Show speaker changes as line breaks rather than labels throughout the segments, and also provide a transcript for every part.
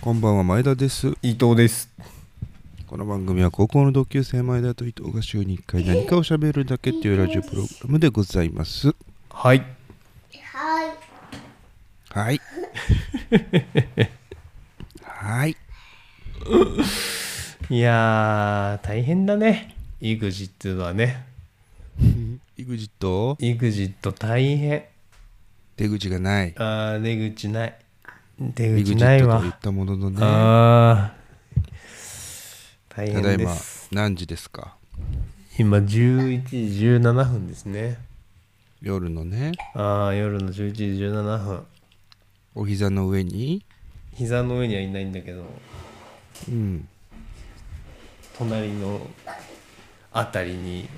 こんばんは前田です
伊藤です
この番組は高校の同級生前田と伊藤が週に1回何かを喋るだけというラジオプログラムでございます
はい
はい。
はいはい
いやー大変だね EXIT はね
EXIT
EXIT 大変
出口がない
あー出口ない出口ない
EXIT と
わ、
言ったもののねた
あー大変
だい
で
ます何時ですか
今11時17分ですね
夜のね
あー夜の11時17分
お膝の上に
膝の上にはいないんだけど
うん
隣のあたりに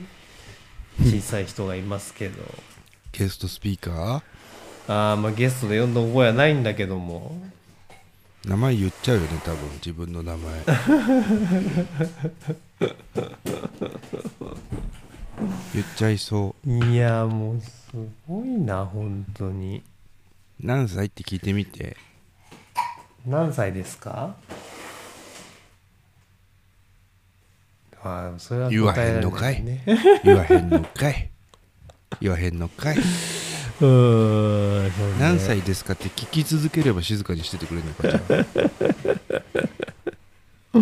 小さい人がいますけど
ゲストスピーカ
あーまあゲストで呼んだ覚えはないんだけども
ー名前言っちゃうよね多分自分の名 前言っちゃいそう
いやもうすごいな本当に
何歳って聞いてみて
何歳ですかあーそれは
言わ
答え
へ
ら
んの
れな
か
い
い
ね
言わへんのかい言わへんのかいう
ーんそうね
何歳ですかって聞き続ければ静かにしててくれるのかじゃあ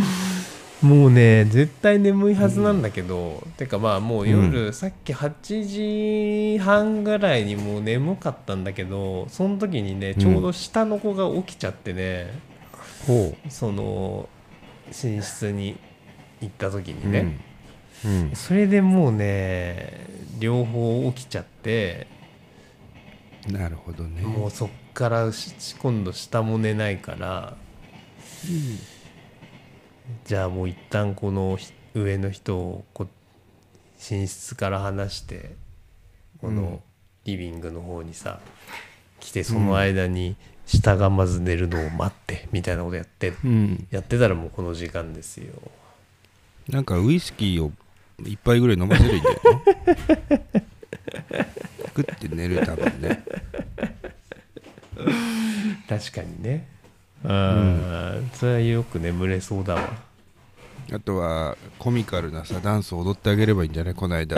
もうね絶対眠いはずなんだけど、てかまあもう夜、さっき8時半ぐらいにもう眠かったんだけどその時にねちょうど下の子が起きちゃってね、
ほ
その寝室に行った時
う
にね、
うん、うん
それでもうね両方起きちゃって
なるほどね
もうそっからし今度下も寝ないから、じゃあもう一旦このひ上の人をこ寝室から離してこ
うん
のリビングの方にさ、来てその間に下がまず寝るのを待ってみたいなことやって、
うん、
やってたらもうこの時間ですよ。
なんかウイスキーを一杯ぐらい飲ませるんじゃない の食って寝る多分ね
確かにね。あーそれはよく眠れそ うだわ。
あとはコミカルなさダンスを踊ってあげればいいんじゃないこの間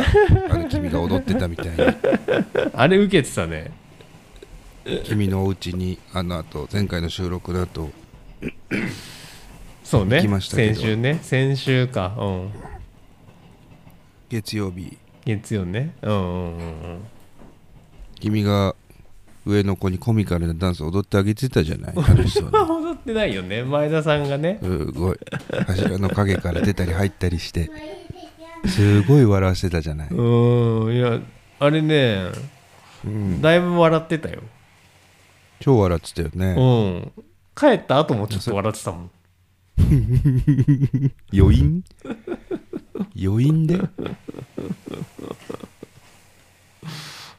あの君が踊ってたみたいに
あれ受けてたね。
君のお家にあのあと前回の収録だと
そうね。
行きましたけど
先週ね。先週か。うん。
月曜日
月曜ね。うんうんうんうん。
君が上の子にコミカルなダンス踊ってあげてたじゃない楽しそうに
踊ってないよね。前田さんがね。、
すごい柱の影から出たり入ったりしてすごい笑わせてたじゃないう
ーん。いや、あれね、
うん、
だいぶ笑ってたよ。
超笑ってたよ
う
ね
ん。帰った後もちょっと笑ってたもん。
余韻余韻で
う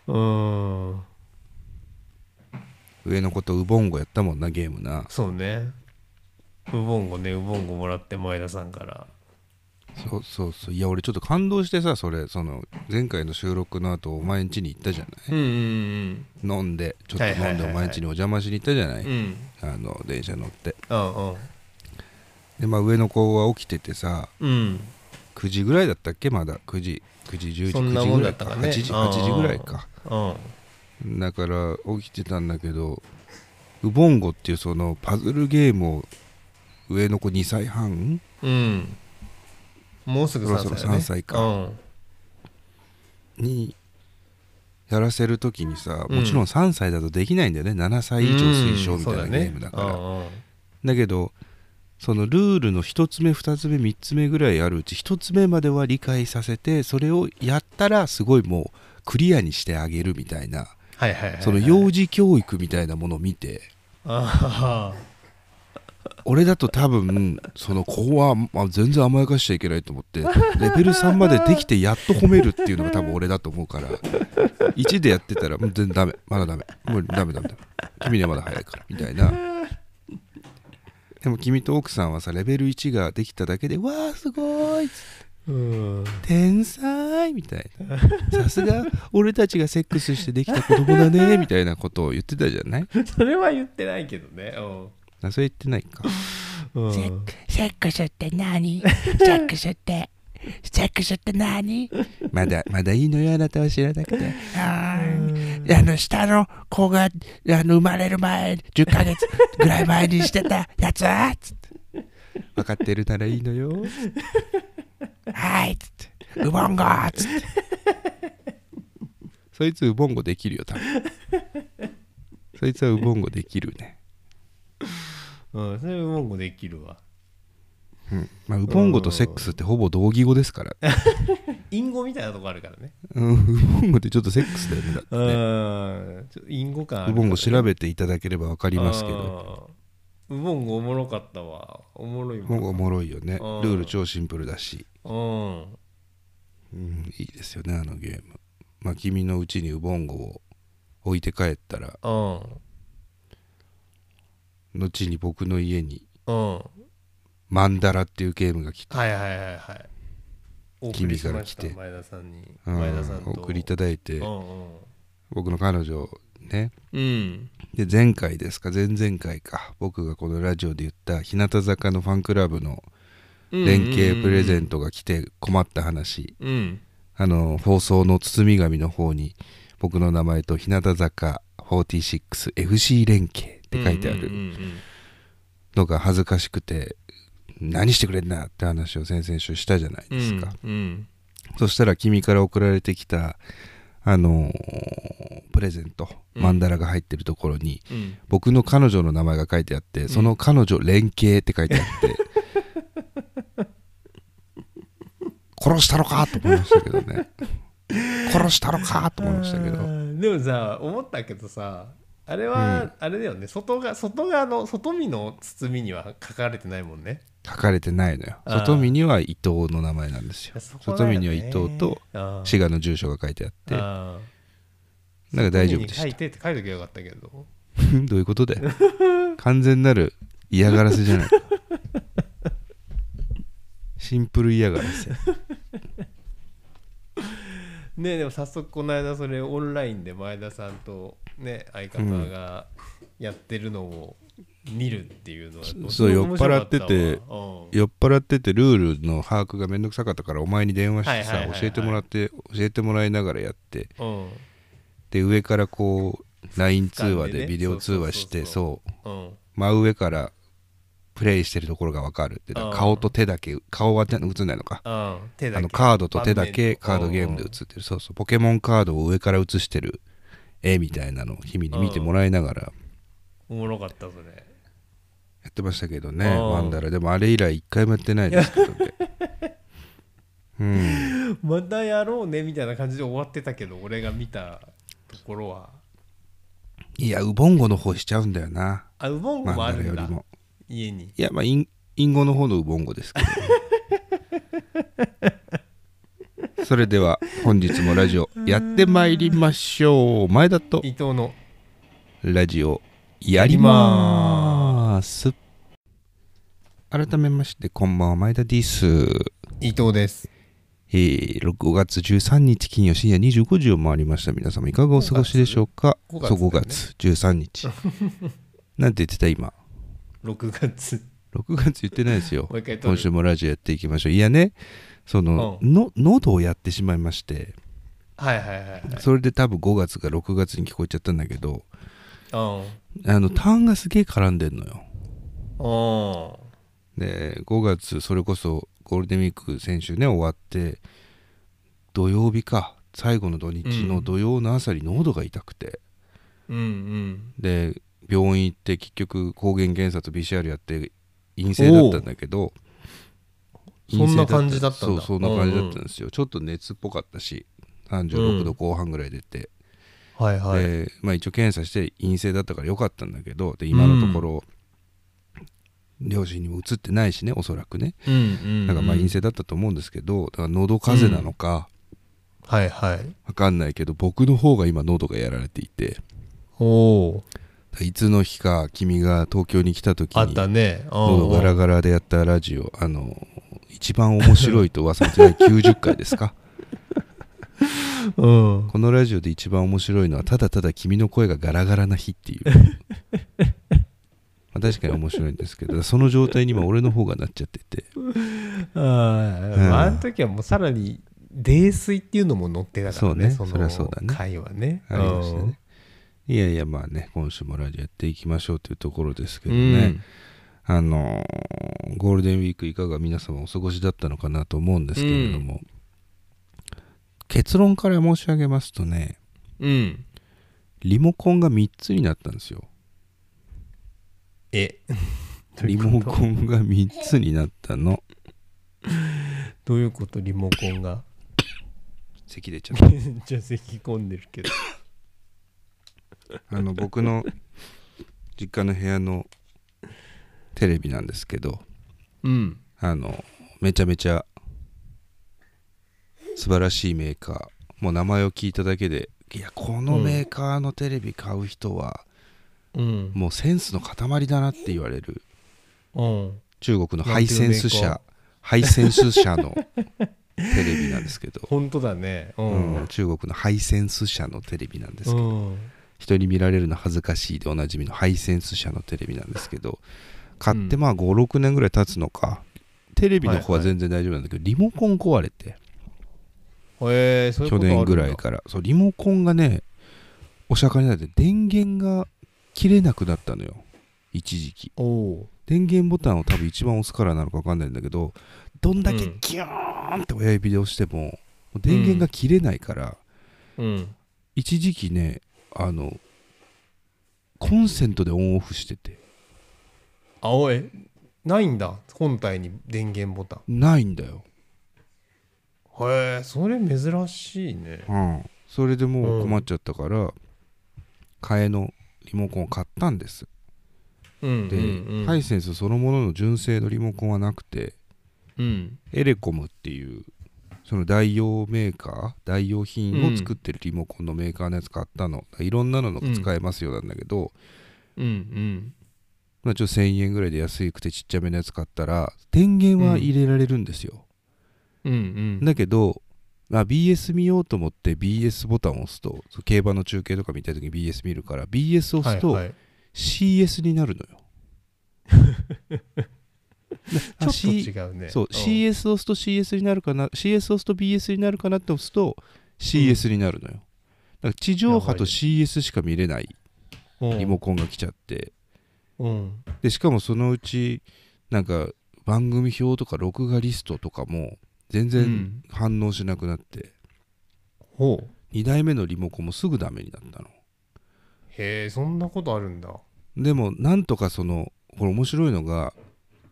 ーん。
上の子とウボンゴやったもんなゲームな
そうね。ウボンゴね、ウボンゴもらって前田さんから。
そうそうそういや俺ちょっと感動してさそれその前回の収録の後お前ん家に行ったじゃな
うんうん
い飲んでちょっと
は
飲
い
ん
はい
で
はいは
お
い
前ん家にお邪魔しに行ったじゃない、
うん。うん。
あの電車乗って
うん
でまあ上の子は起きててさ、
うん。
9時ぐらいだったっけまだ9時9時10時
そんなもんだったかね
9時ぐらい
うん
か8時 ,8 時ぐらいか
うん。
だから起きてたんだけどウボンゴっていうそのパズルゲームを上の子2歳半
うん。もうすぐ3歳だね。
そろそろ3歳か
うん。
にやらせる時にさ
うん
もちろん3歳だとできないんだよね、7歳以上推奨みたいなゲームだから、
うん
だ
そうねうんうん
けどそのルールの1つ目2つ目3つ目ぐらいあるうち1つ目までは理解させてそれをやったらすごいもうクリアにしてあげるみたいな
はいはいはいはい。
その幼児教育みたいなものを見て
あ
俺だと多分その子はまあ全然甘やかしちゃいけないと思ってレベル3までできてやっと褒めるっていうのが多分俺だと思うから1でやってたらもう全然ダメまだダメもうダメダメダメ君にはまだ早いからみたいなでも君と奥さんはさレベル1ができただけで「わーすごい!」
ーうん。
天才みたいなさすが俺たちがセックスしてできた子供だねみたいなことを言ってたじゃない
それは言ってないけどね。うん
あそれ言ってないか
うん
セックセックスって何セックスってセックスって何
まだまだいいのよあなたは知らなくて
あーあの下の子があの生まれる前10ヶ月ぐらい前にしてたやつはつって
分かってるならいいのよ
はいつってウボンゴつって
そいつウボンゴできるよ多分そいつはウボンゴできるね、
うん、それ文句できるわ
うんまあ、ウボンゴとセックスってほぼ同義語ですから、
隠語みたいなとこあるからね
うん、 ウボンゴってちょっとセックスだよねだって
う
ね
んちょっと隠語感あ
ウ
る
ボンゴ調
べ
べていただければ分かりますけど
ウボンゴおもろかったわおもろい
ウ
も
ボンゴお
ん
もろいよねル
うん
ール超シンプルだし、
うん
うん、いいですよねあのゲームまあ君のうちにウボンゴを置いて帰ったら
うん
後に僕の家に
うん
マンダラっていうゲームが来て、
はいはいはいはいお送りしました
君から来て
前田さんに
う
前田さん
ん、
と
お送りいただいて
うん
僕の彼女ね
うんうん
で前回ですか前々回か僕がこのラジオで言った日向坂のファンクラブの連携プレゼントが来て困った話
うん
あの放送の包み紙の方に僕の名前と日向坂 46FC 連携って書いてあ
うん
る
うんうん
のが恥ずかしくて何してくれんなって話を先々週したじゃないですか、
うん
そしたら君から送られてきたあのープレゼント
うん
マンダラが入ってるところに、
うん
僕の彼女の名前が書いてあってその彼女連携って書いてあって、 殺したのかと思いましたけどね殺したのかと思いましたけ
あ
ど
ーでもさ思ったけどさあれ
う
はあれだよね、外が外側の外見の包みには書かれてないもんね
書かれてないのよ
あー
外見には伊藤の名前なんですよ
そこだ
外
よね
見には伊藤と
あー
滋賀の住所が書いてあって
あー
なんか大丈夫で
外見に書
し
いてって書いときゃよかったけど
たどういうことで完全なる嫌がらせじ ゃないかシンプル嫌がらせ
ねでも早速この間それオンラインで前田さんとね相方がやってるのを見るっていうのは、
んそう酔っ払ってて酔っ払っててルールの把握がめんどくさかったからお前に電話して
はい
さ
はいはいはい
教えてもらって教えてもらいながらやって
うんうん
で上からこう LINE 通話
俯瞰で
で
ね
ビデオ通話して
そ
そう
うん
真上からプレイしてるところが分かるってだから
うん
顔と手だけ顔はちゃんと映んないのか
うん手だけ
あのカードと手だ
盤面
け
と
カードゲームで映ってるそうそうポケモンカードを上から映してる絵みたいなのを君に見てもらいながら
おもろかったそれ
やってましたけどね
うん
ワンダラでもあれ以来一回もやってないですけど ねうん
またやろうねみたいな感じで終わってたけど俺が見たところはい
や、ウボンゴの方しちゃうんだよな。
あウボンゴ
マン
もあ
ダラ
る
よ
ん
り
だ
も。
家に
いや、まあ、インインゴの方のウボンゴですけ ど。それでは、本日もラジオやってまいりましょう。前田と
伊藤の
ラジオやります。改めまして、こんばんは、前田です。
伊藤です
えー、6月13日金曜深夜25時を回りました皆様いかがお過ごしでしょうか
5月
そう5
5
月
月
13日なんて言ってた今
6月
6月言ってないですよ
もう一回撮
今
る
週もラジオやっていきましょういやねその,、
う
の喉をやってしまいまして
はいはいはいはい
それで多分5月か6月に聞こえちゃったんだけど
うん
あの単がすげえ絡んでんのよ
うん
で5月それこそゴールデンウィーク先週ね終わって土曜日か最後の土日
う
の
ん
土曜の朝に喉が痛くて、
うん
で病院行って結局抗原検査と PCR やって陰性だったんだけど
おうそんな感じだったんだ
そうそんな感じだったんですよ、ちょっと熱っぽかったし36度後半ぐらい出て、
うんはいはい、
でまあ、一応検査して陰性だったから良かったんだけどで今のところ、両親にも移ってないしねおそらくね
うんうん
だからまあ陰性だったと思うんですけどだから喉風邪なのか
はいはい
分かんないけど僕の方が今喉がやられていて
おお
だからいつの日か君が東京に来た時
あ
に
ったねうん
喉ガ
う
ラ
ん
ガラでやったラジオあの一番面白いと噂の 第90回ですか
うん
このラジオで 一番面白いのはただただ君の声がガラガラな日っていうまあ確かに面白いんですけどその状態に今俺の方がなっちゃってて
あー、まあ、あの時はもうさらに泥酔っていうのも乗ってたからね
そうねそりゃそうだね
の会はね
ありましたねいやいやまあね今週もラジオやっていきましょうというところですけどね、あのーゴールデンウィークいかが皆様お過ごしだったのかなと思うんですけれども、結論から申し上げますとね
うん、うん、
リモコンが3つになったんですよ
え どう
リ
いうこと
モコンが3つになったの
どういうことリモコンが
咳出ちゃった
じゃあ咳き込んでるけど
あの僕の実家の部屋のテレビなんですけど
うん
あのめちゃめちゃ素晴らしいメーカーもう名前を聞いただけでいやこのメーカーのテレビ買う人は
うん
もうセンスの塊だなって言われる
うん
中国のハイセンス社ハイセンス社のテレビなんですけど、
本当だねう
うん、中国のハイセンス社のテレビなんですけど人に見られるの恥ずかしいでおなじみのハイセンス社のテレビなんですけど買ってまあ56年ぐらい経つのかテレビの方は全然大丈夫なんだけど、リモコン壊れて
えー、そう
去
いうことあるん
年
だ
ぐらいからそうリモコンがねお釈迦になって電源が切れなくなったのよ一時期
おお
電源ボタンを多分一番押すからなのか分かんないんだけどどんだけ
うん
ギューンって親指で押しても,、もう電源が切れないから、
ううん
一時期ねあのコンセントでオンオフしてて
あおえないんだ本体に電源ボタ
ないんだよ、
ンへえそれ珍しいね
うん、それでもううん困っちゃったから、替えのリモコンを買ったんです
うん
で、
うんうん
ハイセンスそのものの純正のリモコンはなくて
うん
エレコムっていうその代用メーカー代用品を作ってるリモコンのメーカーのやつ買ったの、いろんなのが使えますよなんだけど、
うんうん
まあ、ちょっと1000円ぐらいで安くてちっちゃめのやつ買ったら電源は入れられるんですよ、
うんうん
だけど、まあ、BS 見ようと思って BS ボタンを押すとそう競馬の中継とか見たい時に BS 見るから BS を押すと
はいはい
CS になるの よ。
ちょ
あ
っ
C-
と違うね
そう、
ん
CS 押すと CS になるかな CS 押すと BS になるかなって押すと CS になるのよ。だから地上波と CS しか見れないリモコンが来ちゃって
うん
でしかもそのうちなんか番組表とか録画リストとかも全
う
然
ん
反応しなくなって。
ほう
2台目のリモコンもすぐダメになったの
へえそんなことあるんだ
でもなんとかそのこれ面白いのが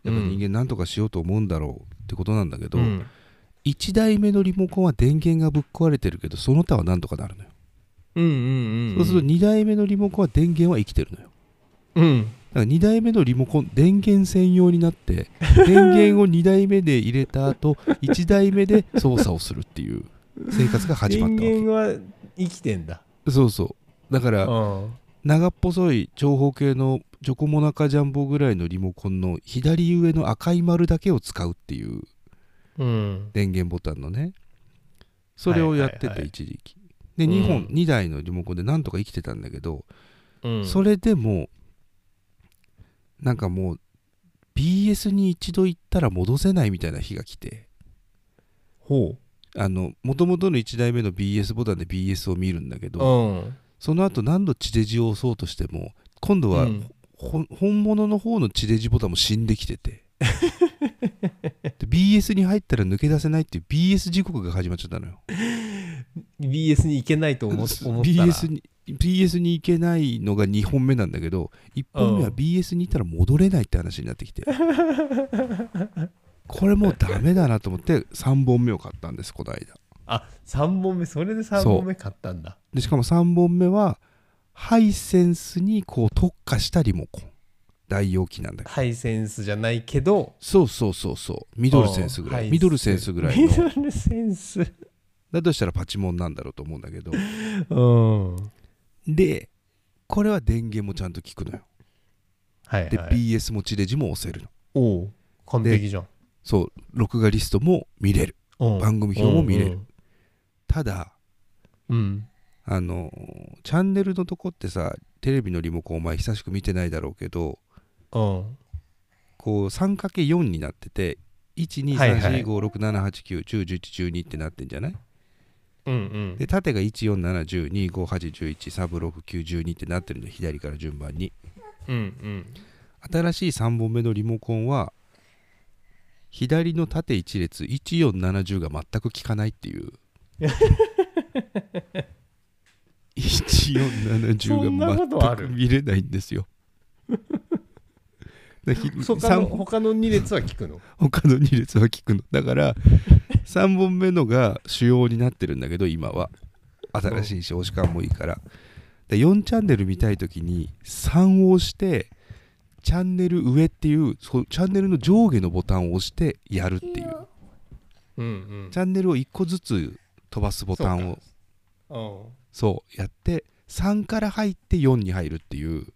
やっぱ
うん
人間なんとかしようと思うんだろうってことなんだけど、
うん
1台目のリモコンは電源がぶっ壊れてるけどその他はなんとかなるのよ、
うんうんうん
そうすると2台目のリモコンは電源は生きてるのよ
うん
だから2台目のリモコン電源専用になって電源を2台目で入れた後1台目で操作をするっていう生活が始まったわ
人間は生きてんだ
けそうそうだか
う
ら
ん
長っ細い長方形のジョコモナカジャンボぐらいのリモコンの左上の赤い丸だけを使うっていう
うん
電源ボタンのねそれをやって
はいはい
て
はい
一時期、で2本、
うん
2台のリモコンでなんとか生きてたんだけど、
うん
それでもなんかもう BS に一度行ったら戻せないみたいな日が来て
ほ
あの元々の1台目の BS ボタンで BS を見るんだけ
う
ど、
うん
その後何度地デジを押そうとしても今度は、
うん
ほん本物の方の地デジボタンも死んできて てで BS に入ったら抜け出せないっていう BS 時刻が始まっちゃったのよ
BS に行けないと思っ思ったら
BS に BS に行けないのが2本目なんだけど1本目は
うん
BS に行ったら戻れないって話になって きてこれもうダメだなと思って3本目を買ったんですこの間
あ三3本目それで3本目買ったんだ
でしかも3本目はハイセンスにこう特化したリモコン代用機なんだけど
ハイセンスじゃないけど
そうそうそうそうミドルセンスぐらいミドルセンスぐらい
ミ
の
ドルセンス
だとしたらパチモンなんだろうと思うんだけ ど
うんは
でこれは電源もちゃんと効くのよ
い
で、
はい
BS も地デジも押せるの
おう完璧じゃん
そう録画リストも見れる
うん
番組表も見れる、ただ
うんうん
あのチャンネルのとこってさテレビのリモコンお前久しく見てないだろうけど
ううん
こう 3×4 になってて
はいはい
123456789101112ってなってんじゃない
うんうん
で縦が147102581136912ってなってるの左から順番に
うんうん
新しい3本目のリモコンは左の縦1列1470が全く効かないっていう
そんな
1470
ことあ
が
る
全く見れないんです よでひ
他の
三本
他の2列は聞くの
他の2列は効くのだから3本目のが主要になってるんだけど今は新しいし押し感もいいからで4チャンネル見たい時に3を押してチャンネル上っていうそうチャンネルの上下のボタンを押してやるっていう
うんうん
チャンネルを1個ずつ飛ばすボタンを
うん
そうやって3から入って4に入るっていう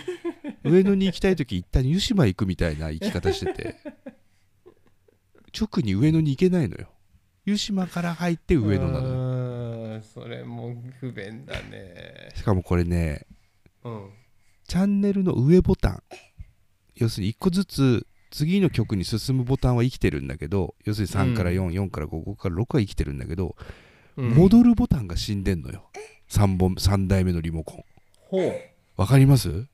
上野に行きたい時一旦湯島行くみたいな行き方してて直に上野に行けないのよ湯島から入って上野なのよ
のそれも不便だね
しかもこれね
うん
チャンネルの上ボタン要するに1個ずつ次の曲に進むボタンは生きてるんだけど要するに3から44、4から55から6は生きてるんだけど、
うん
戻るボタンが死んでんのよ3本3台目のリモコン
ほ
わかります
う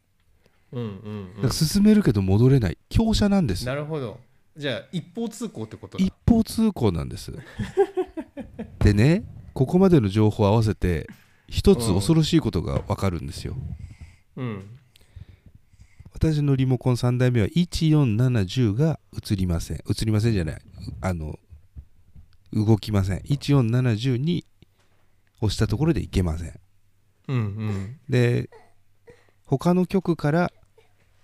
うんうん
だ
う
から進めるけど戻れない強者なんで
ん
す
なるほどじゃあ一方通行ってことだ
一方通行なんです でねここまでの情報合わせて一つ
うん
恐ろしいことが分かるんですよ、
うん
私のリモコン3台目は14710が映りません映りませんじゃないうあの動きません14710に押したところでいけません
うん
で他の局から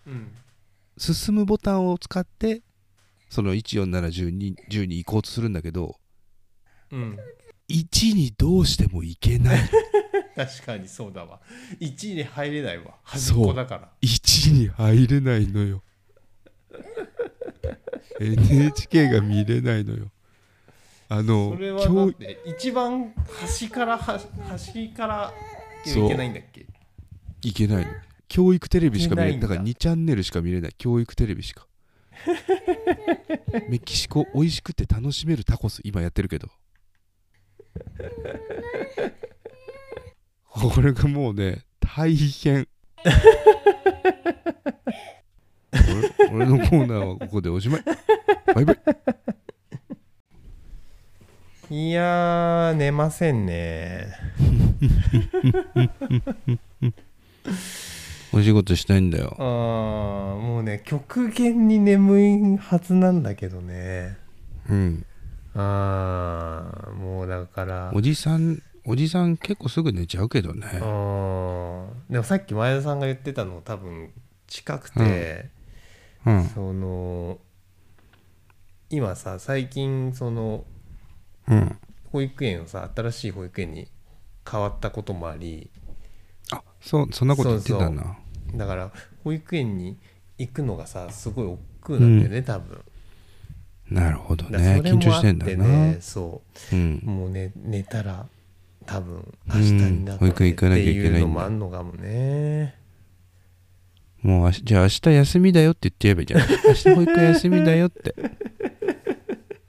うんうん
進むボタンを使ってその14710に10に移行するんだけど
うん
1にどうしても行けない
確かにそうだわ1位に入れないわ端
そ
っ
う
こだから
1に入れないの よ NHK が見れないのよあ
そ
の
れはだっ
教
て一番端から端端からいやいけないんだっけ
いけないの教育テレビしか見れない
いけ
だか
ないんだ
ら2チャンネルしか見れない教育テレビしかメキシコ美味しくて楽しめるタコス今やってるけどこれがもうね大変俺俺のコーナーはここでおしまいバイバイ
いやー寝ませんね
お仕事したいんだよ
あーもうね極限に眠いはずなんだけどね
うん
あーもうだから
おじさんおじさん結構すぐ寝ちゃうけどね
うんでもさっき前田さんが言ってたの多分近くて、
うん
その今さ最近その
うん
保育園をさ新しい保育園に変わったこともあり
あそうそんなこと言ってたな
そうそうだから保育園に行くのがさすごい億劫なんだよね、多分
なるほど
だから
ね
それ
緊
も
張
あ
し
ってて
んだな、
ねそ
うん
うもうね寝たら多分明日になって
うん保
っ
育
て
園行かなきゃいけないんだ
いうのもあんのかもね
もうあしじゃあ明日休みだよって言ってやればいいじゃん明日保育園休みだよ って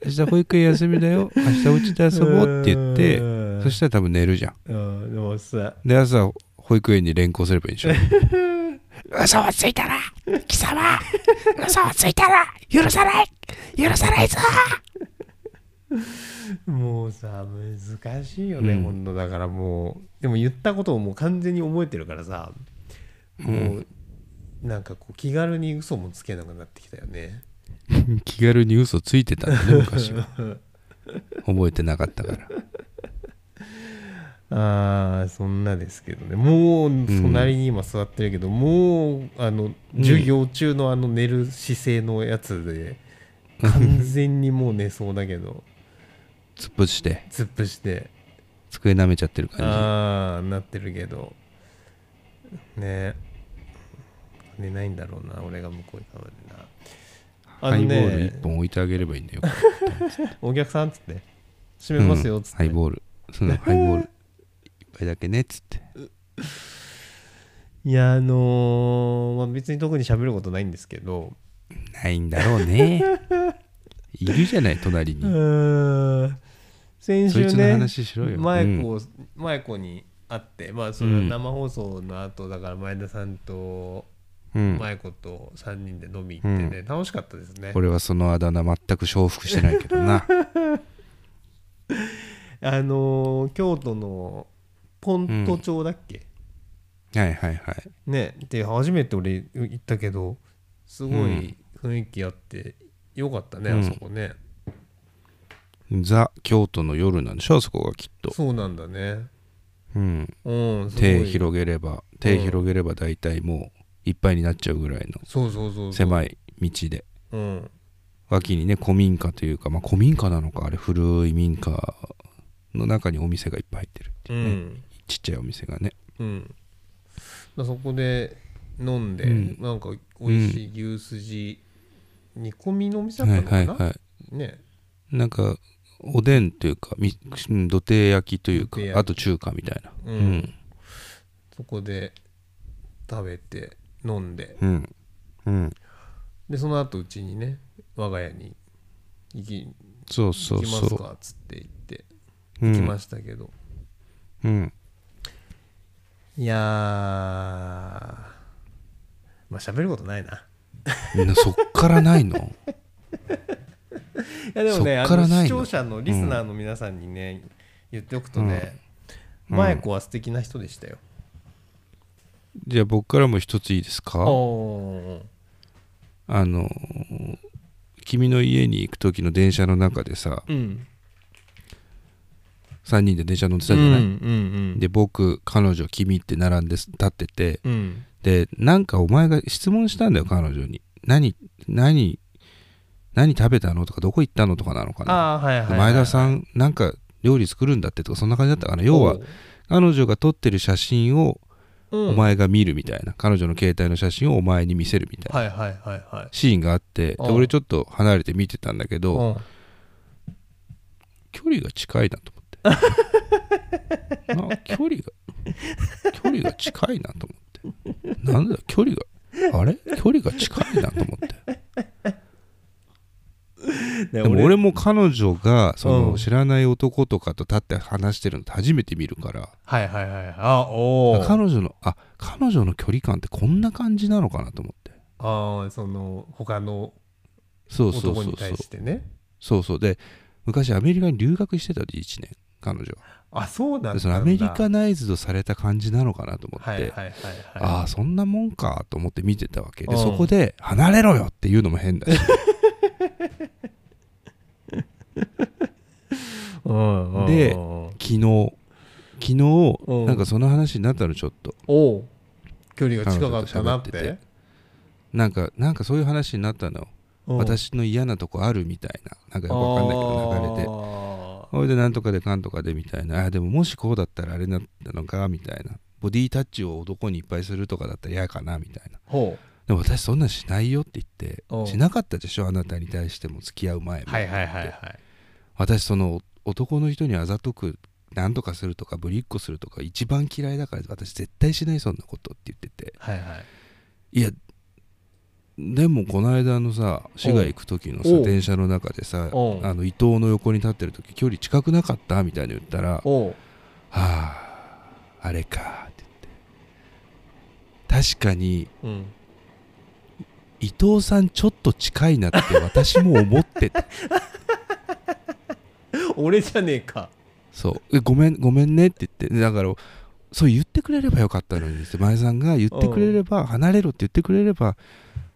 明日保育園休みだよ明日うちで遊ぼうって言って
うん
そしたら多分寝るじゃん
うんでもさ
で朝保育園に連行すればいいでしょ
嘘をついたら貴様嘘をついたら許さない許さないぞ
もうさ難しいよね、
うん
ほんとだからもうでも言ったことをもう完全に覚えてるからさもう、なんかこう気軽に嘘もつけなくなってきたよね
気軽に嘘ついてたんだね昔は覚えてなかったから
あーそんなですけどねもう隣に今座ってるけど、もうあの授業中のあの寝る姿勢のやつで、完全にもう寝そうだけど
突っ伏して
突っ伏して
机舐めちゃってる感
ああなってるけどね寝ないんだろうな俺が向こう行くまでな
じ
あ
ハ
の
イボール
ね
1本置いてあげればいいんだよ
お客さんっつって閉めますよっつ
う
っ
ん、ハイ
て、
ボールそのハイボール一杯だけねっつって
いやあのーまあ、別に特に喋ることないんですけど
ないんだろうねいるじゃない隣
う
に
ーん先
そい
週
つの
ね
話しろよ
前
うん
子前子に会ってまあそ
うん
の生放送の後だから前田さんと
うん
前子と3人で飲み行ってね楽しかったですね
俺はそのあだ名全く承服してないけど な
あのー京都のポント町だっけ
はいはいはい
ねで初めて俺行ったけどすごい雰囲気あってよかったね
うん
あそこね
ザ京都の夜なんでしょあそこがきっと、
そうなんだね
うん、
うんすご
手
い
広げれば手広げれば大体もういっぱいになっちゃうぐらいの
そうそうそうそう
狭い道で
うん
脇にね古民家というか、まあ、古民家なのかあれ古い民家の中にお店がいっぱい入ってるって
う
いうね、
ん
ちっちゃいお店がね
うん、だそこで飲んで、
うん
なんか美味しい牛すじ、煮込みのお店だったのか
はい
な、
はいはい
ね
なんかおでんというかみうん土手焼きというか
土手焼き
あと中華みたいな
う
うんん
そこで食べて飲んで
うんうん
でその後うちにね我が家に行き
そうそ
行
う
きま
そ
す
う
かっつって行って
うん
行きましたけど、
うん
いやーまあ喋ることないな
みんなそっからないの
いやでもね
そ
あ
っから
の
ない
視
の
聴者のリスナーの皆さんにね、言っておくとね、
うん
マイコは素敵な人でしたよ、
じゃあ僕からも一ついいですか
おー
あの君の家に行く時の電車の中でさ
うん
3人で電車乗って
う
た
ん
じ
う
ゃない、
ん
で僕彼女君って並んで立ってて
うん
でなんかお前が質問したんだよ彼女に何何何食べたのとかどこ行ったのとかなのかな
ああーはいはい、はい、
前田さんなんか料理作るんだってとかそんな感じだったかな要は彼女が撮ってる写真を
お,、うん、
お前が見るみたいな、彼女の携帯の写真をお前に見せるみたいな
はいはいはいはい
シーンがあってで
うん
俺ちょっと離れて見てたんだけど、
うん
距離が近いなと 思ってな距離が距離が近いなと思ってなんだ距離があれ距離が近いなと思って
で
でも俺も彼女がそうの
ん
知らない男とかと立って話してるのって初めて見るから
はいはいはいあお
彼
ー
女のあ彼女の距離感ってこんな感じなのかなと思って
ああその他の
そうそうそ
男
うそ
に
う
対してね
そうそうで昔アメリカに留学してたで1年彼女は
あそうなん
で
だ
そのアメリカナイズドされた感じなのかなと思って、
はいはいはいはい
ああそんなもんかと思って見てたわけで、
うん
そこで「離れろよ!」っていうのも変だ し、
うんうんうん
で
お
昨日昨日、
うん
なんかその話になったのちょっと
おう距離が近かったなって
彼女と喋ってなんかなんかそういう話になったの、
うん
私の嫌なとこあるみたいななんかよくわかんないけど流れて
あ
それでなんとかでかんとかでみたいなあーでももしこうだったらあれなったのかみたいなボディタッチを男にいっぱいするとかだったら嫌かなみたいな
ーほ
でも私そんなんしないよって言って
うん
しなかったでしょあなたに対しても付き合う前
う
も
はいはいはいはい
私その男の人にあざとく何とかするとかぶりっこするとか一番嫌いだから私絶対しないそんなことって言ってて
はいはい
いやでもこの間のさ市外行く時のさ
おう
電車の中でさ
おう
あの伊藤の横に立ってる時距離近くなかったみたいに言ったら「は
おう
ああれか」って言って確かに
うん
伊藤さんちょっと近いなって私も思って た
俺じゃねえか
そうえごめんごめんねって言ってだからそう言ってくれればよかったのにって前さんが言ってくれれば離れろって言ってくれれば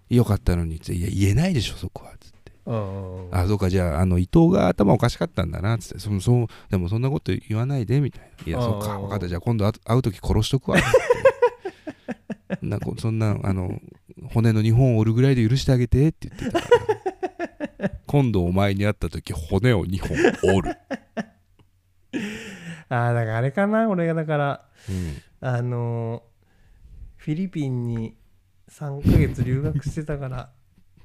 よかったのにっていや言えないでしょそこはつって
うんうんうん
あそうかじゃああの伊藤が頭おかしかったんだなつってそのそうでもそんなこと言わないでみたいないや
うん
そうか分かったじゃあ今度会う会う時殺しとくわつ ってなんかそんなあの骨の2本折るぐらいで許してあげてって言ってたから今度お前に会った時骨を2本折る、
あーだからあれかな俺がだから
うん
あのーフィリピンに3ヶ月留学してたから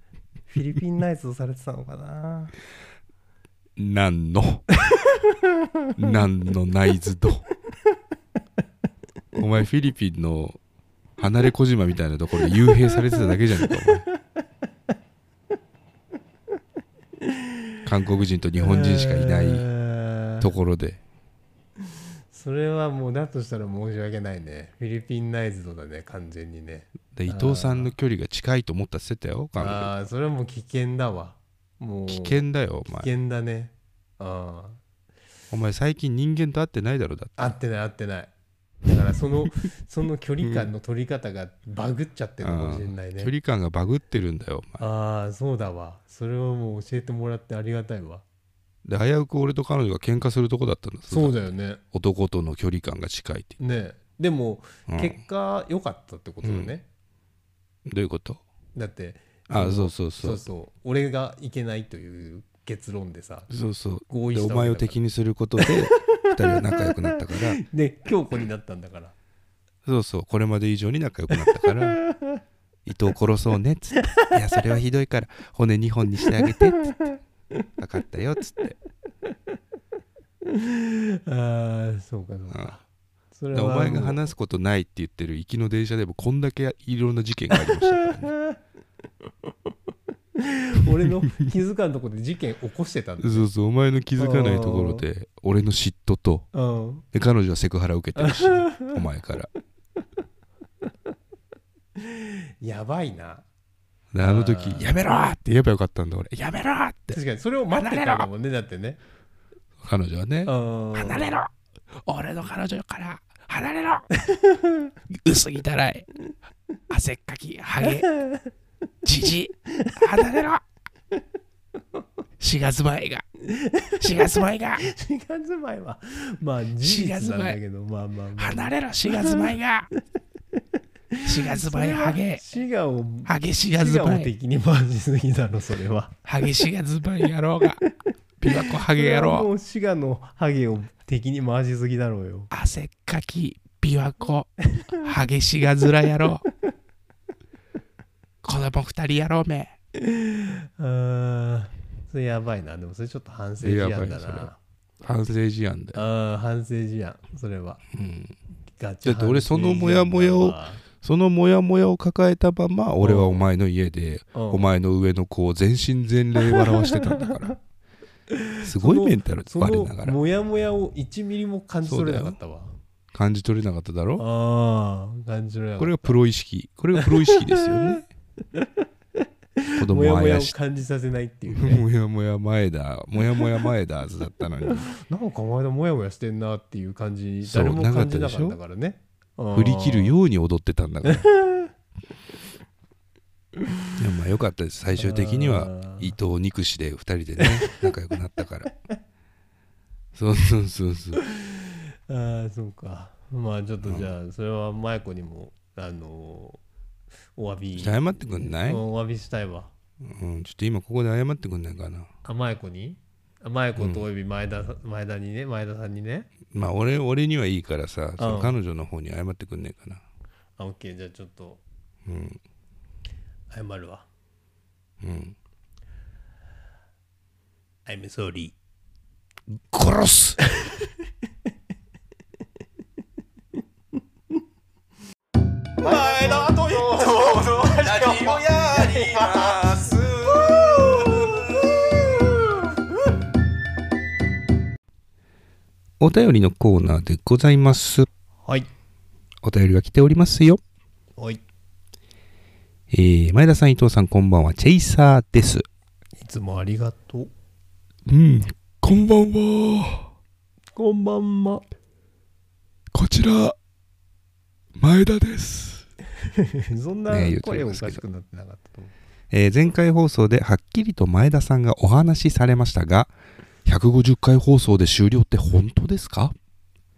フィリピンナイズをされてたのかな
何の 何のナイズドお前フィリピンの離れ小島みたいなところで幽閉されてただけじゃねえかお 前韓国人と日本人しかいない
い
ところで
それはもうだとしたら申し訳ないねフィリピンナイズドだね完全にね
で伊藤さんの距離が近いと思ったって言ってたよ韓国
ああーそれはもう危険だわもう
危険だよお
危
前
険だねあ
お前最近人間と会ってないだろだって
あ合ってない合ってないだからそ のその距離感の取り方がバグっちゃってるかもしれないね
距離感がバグってるんだよお前
ああそうだわそれはもう教えてもらってありがたいわ
で危うく俺と彼女が喧嘩するとこだったんだ
そうだよね
男との距離感が近いって、
ねえでも
うん
結果良かったってことだね、
どういうこと
だって
あそうそうそ
そううそう俺がいけないという結論でさ
そうそう
合意
で
し
お
たわ
前
け
を
だから
敵にすることで二人は仲良くなった から
で強固になったんだから
そうそうこれまで以上に仲良くなったから伊藤殺そうねっつって「いやそれはひどいから骨2本にしてあげて」っつって「分かったよ」っつって
ああそうかそう
うん
かそれ
で
は
お前
も
が
う
話すことないって言ってる行きの電車でもこんだけいろんな事件がありましたから ね
俺の気づかんとこで事件起こしてたんだ
そうそうお前の気づかないところで俺の嫉妬と
うん
で彼女はセクハラ受けてる しお前から
やばいな
であの時
あ
「
ー
やめろ!」って言えばよかったんだ俺「やめろ!」って
確かにそれを待ってたんだもんねだってね
彼女はね
離
れろ俺の彼女から離 れろ薄汚い汗っかきハゲじじ離れろ4月前が4月前が
4月前はまあ事実なんだけどまあまあまあ
離れろ4月前が4月前ハゲ
滋賀を
ハゲ4
滋
月
賀を
前
敵に回しすぎだろそれは
ハゲ4月前やろうが琵琶湖ハゲやろう
もう滋賀のハゲを敵に回しすぎだろうよ
汗っかき琵琶湖激しがずらやろう子供二人やろうめ
あーそれやばいなでもそれちょっと反省事
やば
案
い
だ
それは
な
反省事案だよ、
あー反省事案それは
うん、
ガチ
だって俺そのモヤモヤをそのモヤモヤを抱えたまま俺はお前の家でお
お
前の上の子を全身全霊笑わしてたんだから すごいメンタル
そ
我
の
ながら
モヤモヤを1ミリも感じ取れなかったわ
感じ取れなかっただろ
ああ感じ取れなかった
これがプロ意識これがプロ意識ですよ ね子供
モヤ
をあ
モヤ
や
を
し
感じさせないってい うね
もやもや前だもやもや前だずだったのに
なんかお前のモヤモヤしてんなっていう感じ
そう
誰も感じなかったからね
振り切る
よ
ように踊ってたんだ からいやまあよかったです最終的には伊藤憎しで2人でね仲良くなったからそうそうそうそう
ああそうかまあちょっとじゃあそれは麻也子にもあのーお詫び
謝ってくんない、
うんお詫びしたいわ
うん、ちょっと今ここで謝ってくんないかな
あ麻也子にあ麻也子とおよび前田,、前田にね前田さんにね
まあ俺俺にはいいからさその
うん
彼女の方に謝ってくんねえかな
あオッケーじゃあちょっと
うん
謝るわ
うん、
I'm sorry
殺す
前田と伊藤のラジオやります
お便りのコーナーでございます
はい
お便りが来ておりますよ
はいい
えー前田さん伊藤さんこんばんはチェイサーです
つもありがとう
うんこんばんは
こんばんは
こちら前田です、
そんな
ね言って
声
ま
お
すけど
かしくなってなかったと思う
えー前回放送ではっきりと前田さんがお話しされましたが150回放送で終了って本当ですか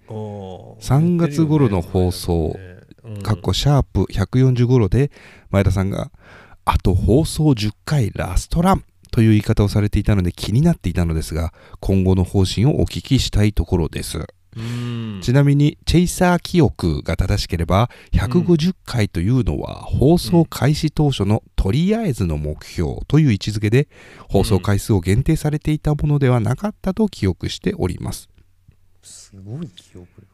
おー
3月頃の放送
言ってるよね
かっこシャープ140頃で前田さんが「あと放送10回ラストラン」という言い方をされていたので気になっていたのですが今後の方針をお聞きしたいところです
うん
ちなみにチェイサー記憶が正しければ150回というのは放送開始当初のとりあえずの目標という位置づけで放送回数を限定されていたものではなかったと記憶しております
すごい記憶力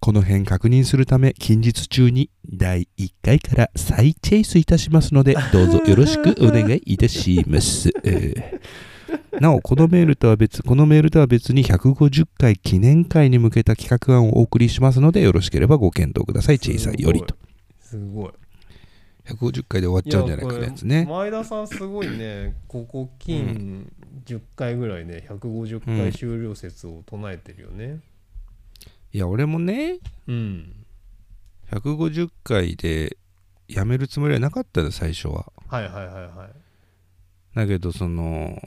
この辺確認するため近日中に第1回から再チェイスいたしますのでどうぞよろしくお願いいたし ます、えーなおこのメールとは別このメールとは別に150回記念会に向けた企画案をお送りしますのでよろしければご検討くださいチェイさんよりと
すごい
150回で終わっちゃうんじゃないかなやつね
これ前田さんすごいねここ近10回ぐらいね150
うん
回終了説を唱えてるよね
いや俺もね
うん、
150回でやめるつもりはなかったの最初は
はいはいはいはい
だけどその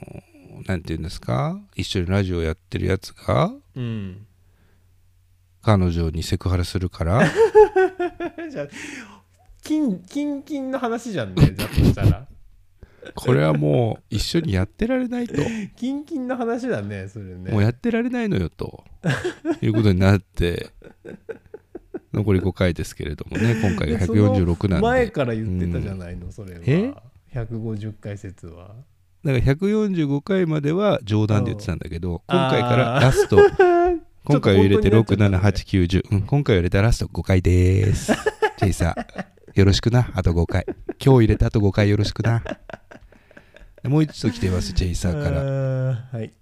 なんて言うんですか一緒にラジオやってるやつが
うん、
彼女にセクハラするから
じゃあ金金金の話じゃ んねだとしたら
これはもう一緒にやってられないと
金金の話だねそれね
もうやってられないのよということになって残り5回ですけれどもね今回が146なん
前
で
から言ってたじゃないの、それ
え
は150回説は
だから145回までは冗談で言ってたんだけど
あ
今
ー
回からラ スト今回を入れて
ちょっと本当になっちゃったね
678910、うん、今回を入れたラスト5回でーすジェイさんよろしくなあと5回今日入れたあと5回よろしくなもう一度来てますジェイサーから
あーはい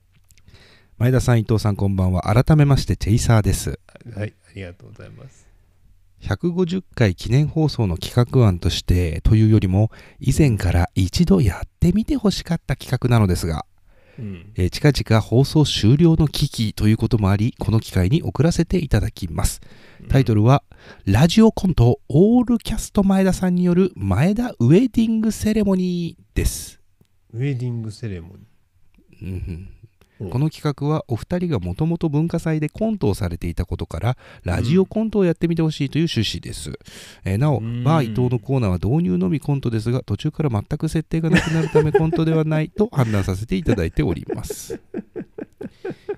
前田さん伊藤さんこんばんは改めましてジェイサーです
はいありがとうございます
150回記念放送の企画案としてというよりも以前から一度やってみてほしかった企画なのですが、
うん
えー近々放送終了の危機ということもありこの機会に送らせていただきますタイトルは「ラジオコントオールキャスト前田さんによる前田ウェディングセレモニー」です
ウェディングセレモニ
う
ー
んう、
うんん
この企画はお二人がもともと文化祭でコントをされていたことからラジオコントをやってみてほしいという趣旨です、えーなお
うん
バー伊藤のコーナーは導入のみコントですが途中から全く設定がなくなるためコントではないと判断させていただいております、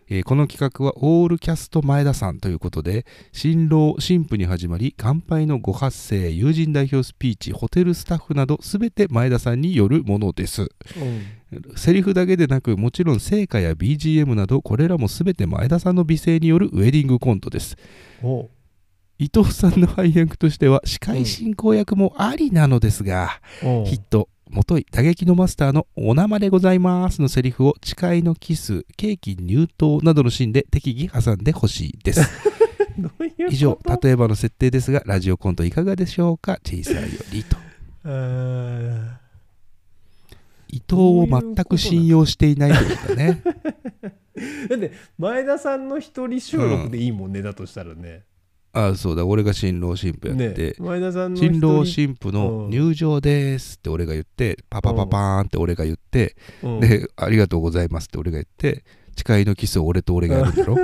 えーこの企画はオールキャスト前田さんということで新郎新婦に始まり乾杯のご発声友人代表スピーチホテルスタッフなど全て前田さんによるものです セリフだけでなくもちろん成果や BGM などこれらも全て前田さんの美声によるウェディングコントです
お
伊藤さんの配役としては司会進行役もありなのですが、
お
ヒット元い打撃のマスターの「お名前でございます」のセリフを誓いのキスケーキ入刀などのシーンで適宜挟んでほしいです
どういうこと
以上例えばの設定ですがラジオコントいかがでしょうかチェイサーよりと
あー
伊藤を全く信用していないというかね
だって前田さんの一人収録でいいもんね、だとしたらね
ああそうだ俺が新郎新婦やって、
ね前田さんの一人
新郎新婦の入場ですって俺が言ってパパパパーンって俺が言って
うん
でありがとうございますって俺が言って誓いのキスを俺と俺がやるん だろ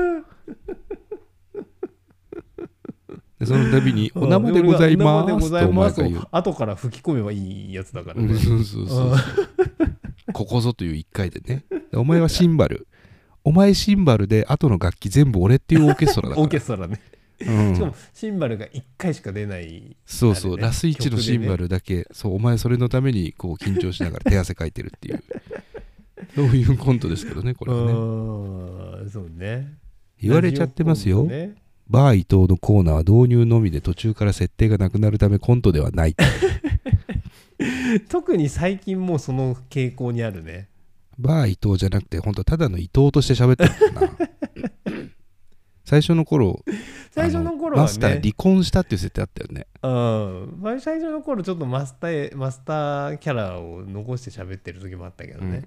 でその度に「
うん
お名前でございま」
お名前ですご
って
ざい
お前
ます
が言う
を後から吹き込めばいいやつだから
うん
ね
そうそう そうそうここぞという1回でねでお前はシンバルお前シンバルで後の楽器全部俺っていうオーケストラだか
オ
ら
ーケストラね、
うん
しかもシンバルが1回しか出ない
そうそう、
あれね
ラスイチのシンバルだけ、そうお前それのためにこう緊張しながら手汗かいてるっていう そういうコントですけどねこれは
う
ね
ーんそうね
言われちゃってますよ、
ラジオコントね
バー伊藤のコーナーは導入のみで途中から設定がなくなるためコントではない
特に最近もうその傾向にあるね
バー伊藤じゃなくて本当ただの伊藤として喋ってるのかな 最初の頃
最初
あ
の頃はね
マスター離婚したっていう設定あったよね
うんまあ最初の頃ちょっとマスターマスターキャラを残して喋ってる時もあったけどね、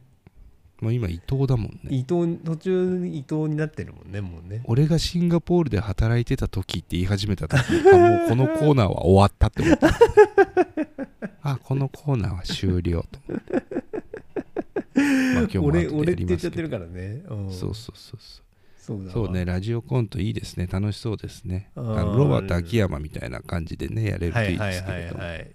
もう今伊藤だもんね
伊藤途中伊藤になってるもんねもうね
俺がシンガポールで働いてた時って言い始め た時あもうこのコーナーは終わったって思ったあこのコーナーは終了 と思ってまあ今日も
俺
後でや
俺って
り
言
ま
っちゃ
す
っ
け
て
ど
るからね、ん
そうそうそうそ
そうだ
う
わ
そうねラジオコントいいですね楽しそうですねあ
あー
のロバート秋山みたいな感じでねやれると
はいい
い
は
で
い
すけ
は
れ
い
ども
はい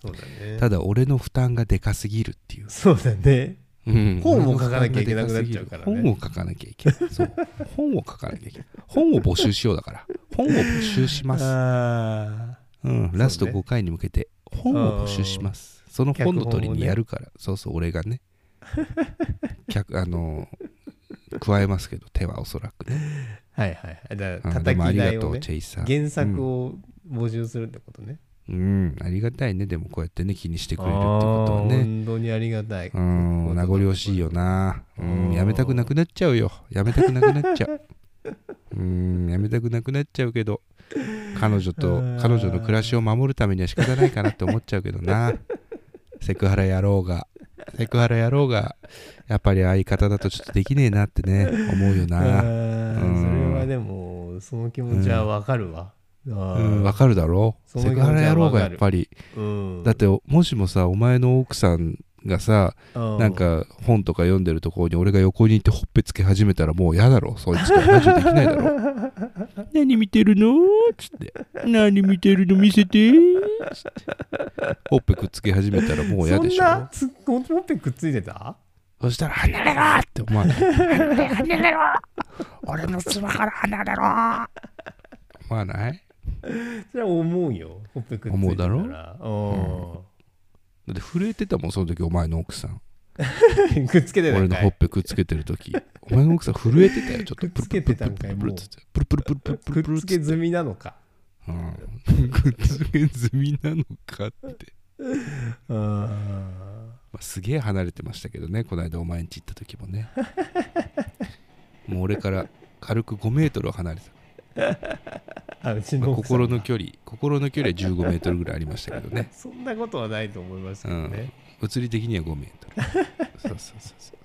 そうだね
ただ俺の負担がでかすぎるっていう
そうだね
うん
本を書かなきゃいけなくなっちゃうからね
本を書かなきゃいけない。そう。本を書かなきゃいけない。本を募集しようだから。本を募集します。
あ
うん。ラスト
そう
5
ね
回に向けて本を募集します。その本の取りにやるから。そうそう、俺がね。 客、あの、加えますけど、手はおそらくね。
あはいはいはい。じゃ
う
あ、
んで
叩
もあ
き
りが
台
と
を
う
ね、
チェイサー
原作を募集するってことね。
うんありがたいねでもこうやってね気にしてく
あ
れるってことは
ー
ね
本当にありがたい。
うん名残惜しいよなうんやめたくなくなっちゃうよやめたくなくなっちゃう うんやめたくなくなっちゃうけど彼女と彼女の暮らしを守るためには仕方ないかなって思っちゃうけどなセクハラ野郎がセクハラ野郎がやっぱり相方だとちょっとできねえなってね思うよ
あ
な
ー
うん
それはでも、その気持ちはわかるわ。あ
う
ー
んわかるだろ
その
セ
気持
ク
ちは
ハラ野郎がやっ
わ
ぱり
うん
だってもしもさお前の奥さんがさな、
なん
か本とか読んでるところに俺が横にいてほっぺつけ始めたらもう嫌だろそいつと話できないだろ何見てるのつって何見てるの見せてつってほっぺくっつけ始めたらもう嫌でし
そんな
ょ
つほっぺくっついてた
そしたら離れろって思わない
離れろ俺の妻から離れろ
思わない
それは思うよ。ほっぺくっついてたら。
思う
ろ
だって震えてたもんその時お前の奥さん
うん。 くっつけてた
俺
ん
の
か
ほっ
い。
ぺくっつけてる時お前の奥さん震えてたよちょっと
くっつけてたんかい
プルプルプルプルプルプ
く
ル
っ
プル
つけ済みなのか。
うんくっつけ済みなのかって
うん。
まあすげえ離れてましたけどねこの間お前ん家行った時もねもう俺から軽く5メートル離れて
あ、うち
た、ま
の
あ
奥さん
心
が
の距離心の距離は1 5メートルぐらいありましたけど ね
そんなことはないと思いますけどね。
物理的には5メートルそうそうそうそう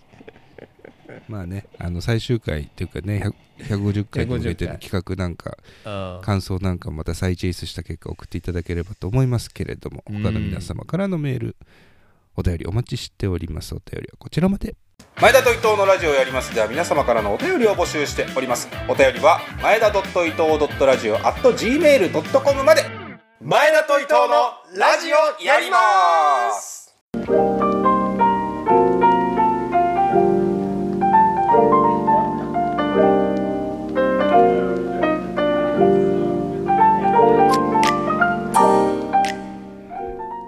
まあねあの最終回っていうかね100 150回に向けての
150回
企画なんか
うん
感想なんかまた再チェイスした結果送っていただければと思いますけれども
うん
他の皆様からのメールお便りお待ちしておりますお便りはこちらまで
前田と伊藤のラジオをやりますでは皆様からのお便りを募集しておりますお便りは前田伊藤ラジオ at gmail.com まで前田と伊藤のラジオやります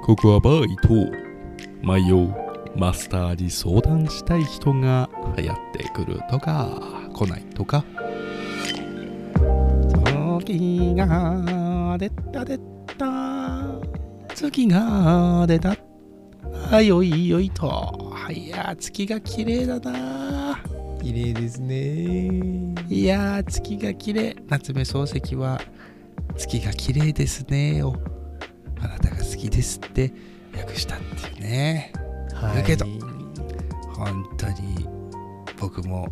ここはバーイと迷うマスターに相談したい人が流行ってくるとか来ないとか月が出た出た月が出たあよいよいとはいや月が綺麗だな
綺麗ですね。
いやー月が綺麗夏目漱石は「月が綺麗ですね」を「あなたが好きです」って訳したっていうね
はい。
だけど本当に僕も